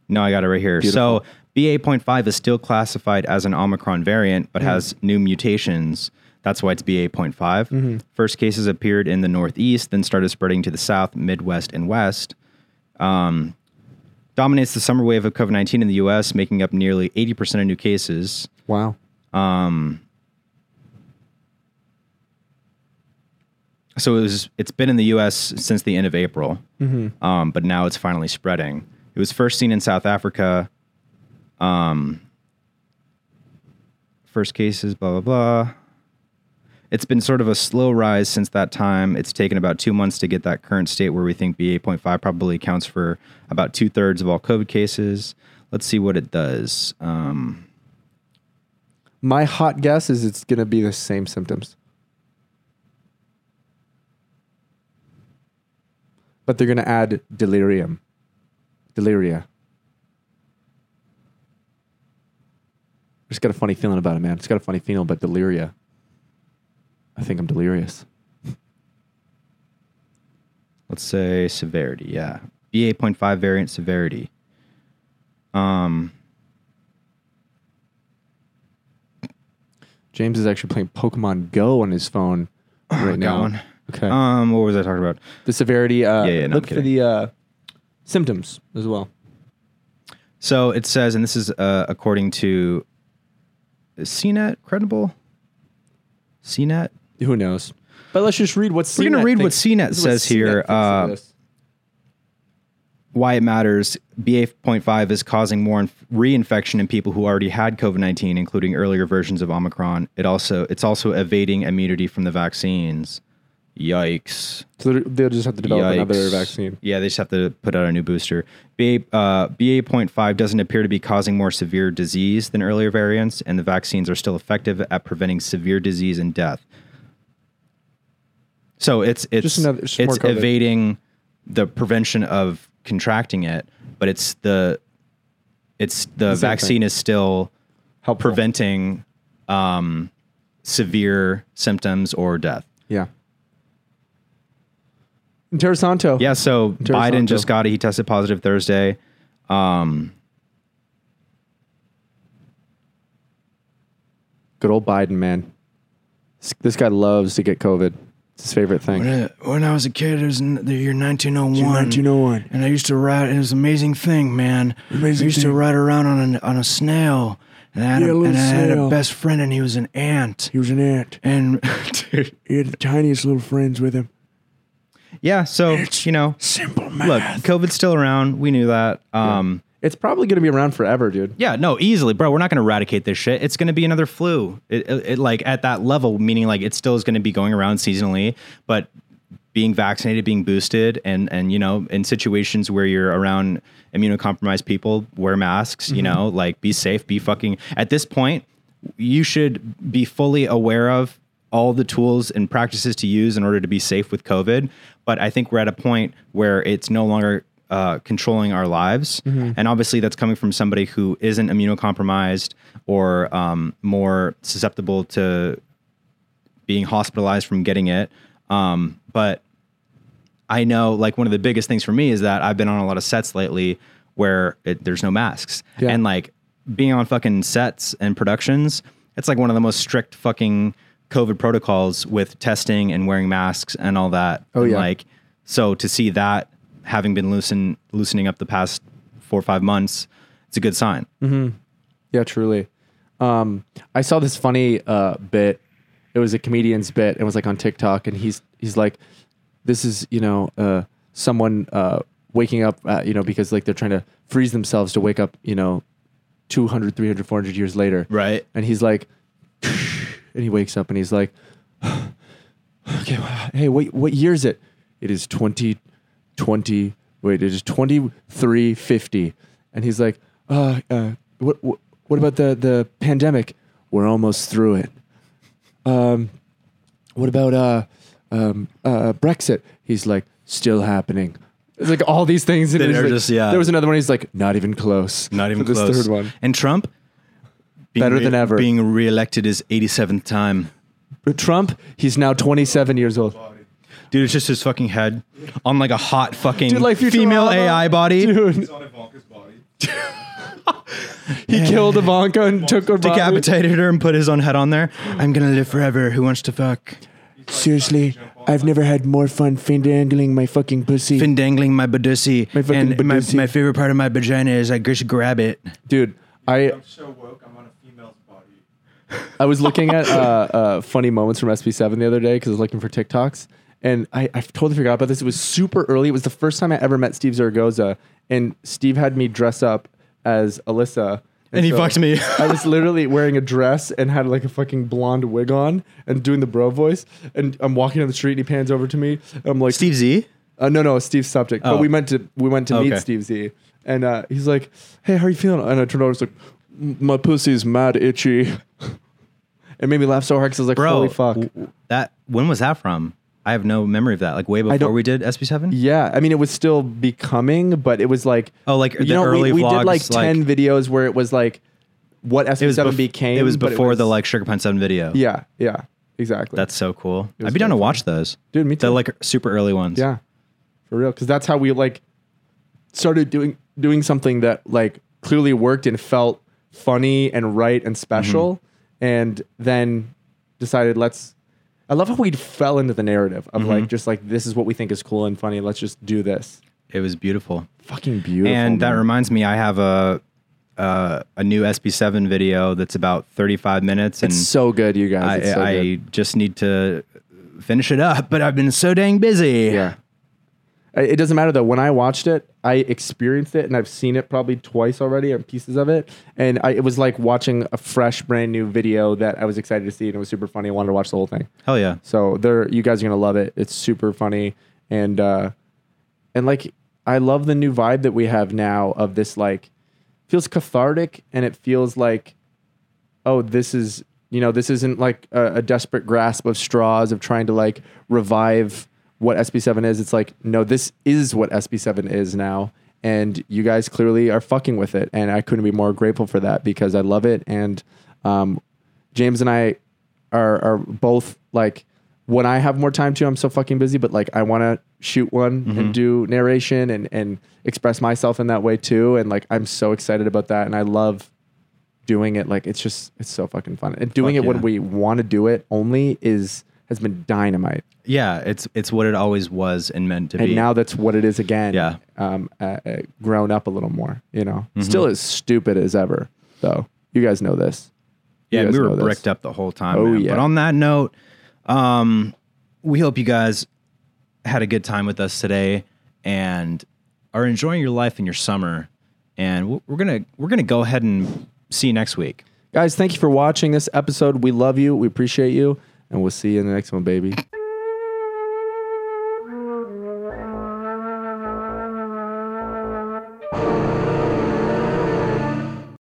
Speaker 2: no i got it right here so ba.5 is still classified as an omicron variant but has new mutations that's why it's ba.5 first cases appeared in the northeast then started spreading to the south midwest and west um, dominates the summer wave of covid-19 in the us making up nearly 80% of new cases
Speaker 1: Wow.
Speaker 2: Um, so it was it's been in the U.S. since the end of April, um, but now it's finally spreading. It was first seen in South Africa. Um, first cases, blah blah blah. It's been sort of a slow rise since that time. It's taken about two months to get that current state where we think BA.5 probably accounts for about two thirds of all COVID cases. Let's see what it does. Um,
Speaker 1: My hot guess is it's gonna be the same symptoms, but they're gonna add delirium, deliria. I just got a funny feeling about it, man. It's got a funny feeling, but deliria. I think I'm delirious.
Speaker 2: let's say severity. Yeah, BA.5 variant severity. Um,
Speaker 1: James is actually playing Pokemon Go on his phone right now.
Speaker 2: one.
Speaker 1: Okay.
Speaker 2: Um, what was I talking about?
Speaker 1: the severity. Uh,
Speaker 2: yeah, yeah, no,
Speaker 1: look
Speaker 2: I'm
Speaker 1: for
Speaker 2: kidding.
Speaker 1: the uh, symptoms as well.
Speaker 2: So it says, and this is uh, according to is CNET, credible CNET.
Speaker 1: Who knows? But let's just read what's.
Speaker 2: We're gonna read what CNET says
Speaker 1: E
Speaker 2: here, uh, Why it matters. BA.5 is causing more inf- reinfection in people who already had COVID-19, including earlier versions of Omicron. It also it's also evading immunity from the vaccines. Yikes.
Speaker 1: so they're- they'll just have to develop another
Speaker 2: Yikes.
Speaker 1: vaccine.
Speaker 2: Yeah, they just have to put out a new booster. BA, uh, BA.5 doesn't appear to be causing more severe disease than earlier variants, and the vaccines are still effective at preventing severe disease and death. So it's it's
Speaker 1: Just another- just more
Speaker 2: it's
Speaker 1: COVID.
Speaker 2: evading the prevention of contracting it, but it's the it's the
Speaker 1: The same
Speaker 2: vaccine
Speaker 1: thing.
Speaker 2: is still
Speaker 1: Help
Speaker 2: preventing um, severe symptoms or death.
Speaker 1: Yeah. Interessante.
Speaker 2: Yeah, so
Speaker 1: terms
Speaker 2: Biden
Speaker 1: of-
Speaker 2: just got it. He tested positive Thursday. Um,
Speaker 1: Good old Biden, man. This, this guy loves to get COVID. It's his favorite thing.
Speaker 4: Uh, When I was a kid, it was in the year 1901.
Speaker 1: one?
Speaker 4: And I used to ride. It was an amazing thing, man.
Speaker 1: Amazing
Speaker 4: I used
Speaker 1: thing.
Speaker 4: to ride around on a, on a snail. And I had,
Speaker 1: Yeah, a
Speaker 4: a,
Speaker 1: little
Speaker 4: and I had
Speaker 1: snail.
Speaker 4: a best friend, and he was an ant.
Speaker 1: He was an ant.
Speaker 4: And
Speaker 2: dude.
Speaker 1: He had the tiniest little friends with him.
Speaker 2: yeah, so you know,
Speaker 4: simple
Speaker 2: look,
Speaker 4: math.
Speaker 2: COVID's still around. We knew that. Um,
Speaker 1: It's probably going to be around forever, dude.
Speaker 2: yeah. no, easily, bro. We're not going to eradicate this shit. It's going to be another flu. It, it, it, like at that level, meaning like it still is going to be going around seasonally, but being vaccinated, being boosted, and and you know, in situations where you're around immunocompromised people, wear masks. You know, like be safe, be fucking. At this point, you should be fully aware of all the tools and practices to use in order to be safe with COVID. But I think we're at a point where it's no longer uh, controlling our lives. And obviously, that's coming from somebody who isn't immunocompromised or um, more susceptible to being hospitalized from getting it. Um, but I know, like, one of the biggest things for me is that I've been on a lot of sets lately where it, there's no masks.
Speaker 1: Yeah.
Speaker 2: And, like, being on fucking sets and productions, it's like one of the most strict fucking COVID protocols with testing and wearing masks and all that.
Speaker 1: Oh,
Speaker 2: And,
Speaker 1: yeah.
Speaker 2: Like, so to see that having been loosen, loosening up the past four or five months, it's a good sign.
Speaker 1: Yeah, truly. Um, I saw this funny uh, bit. It was a comedian's bit. It was like on TikTok, and he's he's like, "This is you know uh, someone uh, waking up, uh, you know, because like they're trying to freeze themselves to wake up, you know, 200, 300, 400 years later,
Speaker 2: Right.
Speaker 1: And he's like, and he wakes up and he's like, okay, wh- hey, what what year is it? It is twenty twenty. Wait, it is twenty three fifty. And he's like, uh, uh, what, what what about the the pandemic? We're almost through it. Um, what about uh, um, uh, Brexit? He's like, still happening. It's like all these things. And
Speaker 2: That
Speaker 1: it was
Speaker 2: are
Speaker 1: like-
Speaker 2: just- yeah.
Speaker 1: There was another one. He's like, not even close.
Speaker 2: Not even
Speaker 1: For this
Speaker 2: close.
Speaker 1: third one.
Speaker 2: And Trump, being
Speaker 1: Better than ever.
Speaker 2: being reelected his 87th time.
Speaker 1: Trump, he's now 27 years old.
Speaker 2: Dude, it's just his fucking head on like a hot fucking
Speaker 1: Dude, like Futurama.
Speaker 2: female AI body.
Speaker 1: Dude,
Speaker 3: It's on Ivanka's body.
Speaker 1: he killed Ivanka and took her body.
Speaker 2: Decapitated her and put his own head on there. I'm gonna live forever. Who wants to fuck?
Speaker 4: Seriously, I've never had more fun finger angling my fucking pussy.
Speaker 2: Fin dangling my badussy.
Speaker 1: My fucking
Speaker 2: and my,
Speaker 1: badussy.
Speaker 2: my favorite part of my vagina is I just grab it.
Speaker 1: Dude, I
Speaker 3: I'm so woke. I'm on a female's body.
Speaker 1: I was looking at uh, uh, funny moments from SB7 the other day because I was looking for TikToks, and I, I totally forgot about this. It was super early. It was the first time I ever met Steve Zaragoza, and Steve had me dress up as Alyssa.
Speaker 2: And he fucked me.
Speaker 1: I was literally wearing a dress and had like a fucking blonde wig on and doing the bro voice. And I'm walking down the street and he pans over to me. And I'm like,
Speaker 2: Steve Z?
Speaker 1: Uh, no, no, Steve Subject.
Speaker 2: Oh.
Speaker 1: But we meant to we went to
Speaker 2: Okay.
Speaker 1: meet Steve Z, and uh, he's like, "Hey, how are you feeling?" And I turned over, I was like, "M- "My pussy's mad itchy." it made me laugh so hard because I was like,
Speaker 2: Bro,
Speaker 1: "Holy fuck!"
Speaker 2: w- w- that when was that from? I have no memory of that. Like way before
Speaker 1: don't-
Speaker 2: we did SB7?
Speaker 1: yeah, I mean, it was still becoming, but it was like,
Speaker 2: Oh, like
Speaker 1: you
Speaker 2: the
Speaker 1: know, we-
Speaker 2: early
Speaker 1: we,
Speaker 2: vlogs,
Speaker 1: did like
Speaker 2: like-
Speaker 1: ten videos where it was like what SB7
Speaker 2: bef-
Speaker 1: became.
Speaker 2: It was
Speaker 1: but
Speaker 2: before the like Sugar Pine Seven video.
Speaker 1: Yeah, yeah, exactly.
Speaker 2: that's so cool. I'd
Speaker 1: was
Speaker 2: be down to
Speaker 1: very fun.
Speaker 2: watch those,
Speaker 1: Dude, me
Speaker 2: The
Speaker 1: too.
Speaker 2: like super early ones.
Speaker 1: yeah, for real, because that's how we like started doing doing something that like clearly worked and felt funny and right and special and then decided let's I love how we fell into the narrative of like just like this is what we think is cool and funny let's just do this
Speaker 2: it was beautiful.
Speaker 1: fucking beautiful
Speaker 2: And that
Speaker 1: man.
Speaker 2: reminds me, I have a uh, a new SB7 video that's about 35 minutes, and
Speaker 1: it's so good you guys
Speaker 2: I,
Speaker 1: it's so
Speaker 2: I
Speaker 1: good.
Speaker 2: just need to finish it up. But I've been so dang busy.
Speaker 1: yeah I- it doesn't matter though when I watched it I experienced it and I've seen it probably twice already or pieces of it and I, it was like watching a fresh brand new video that I was excited to see and it was super funny I wanted to watch the whole thing
Speaker 2: Hell yeah.
Speaker 1: So there, you guys are gonna love it. It's super funny, and uh, and like I love the new vibe that we have now of this like feels cathartic, and it feels like oh this is you know this isn't like a, a desperate grasp of straws of trying to like revive what SB7 is. It's like no, this is what SB7 is now. And you guys clearly are fucking with it, and I couldn't be more grateful for that because I love it. And um, James and I are are both like when I have more time too, I'm so fucking busy, but like I want to shoot one and do narration and and express myself in that way too. And like I'm so excited about that, and I love doing it. Like it's just it's so fucking fun, and doing it
Speaker 2: Fuck yeah.
Speaker 1: when we want to do it only is has been dynamite,
Speaker 2: Yeah, it's it's what it always was and meant to
Speaker 1: and
Speaker 2: be.
Speaker 1: now that's what it is again.
Speaker 2: Yeah. Mm-hmm.
Speaker 1: um, uh, uh, grown up a little more, you know. Still as stupid as ever, though. You guys know this.
Speaker 2: Yeah,
Speaker 1: You
Speaker 2: we
Speaker 1: guys
Speaker 2: were
Speaker 1: know this.
Speaker 2: bricked up the whole time.
Speaker 1: Oh,
Speaker 2: man.
Speaker 1: yeah.
Speaker 2: But on that note, um, we hope you guys had a good time with us today and are enjoying your life and your summer. And we're- we're gonna we're gonna go ahead and see you next week.
Speaker 1: Guys, thank you for watching this episode. We love you. We appreciate you. And we'll see you in the next one, baby.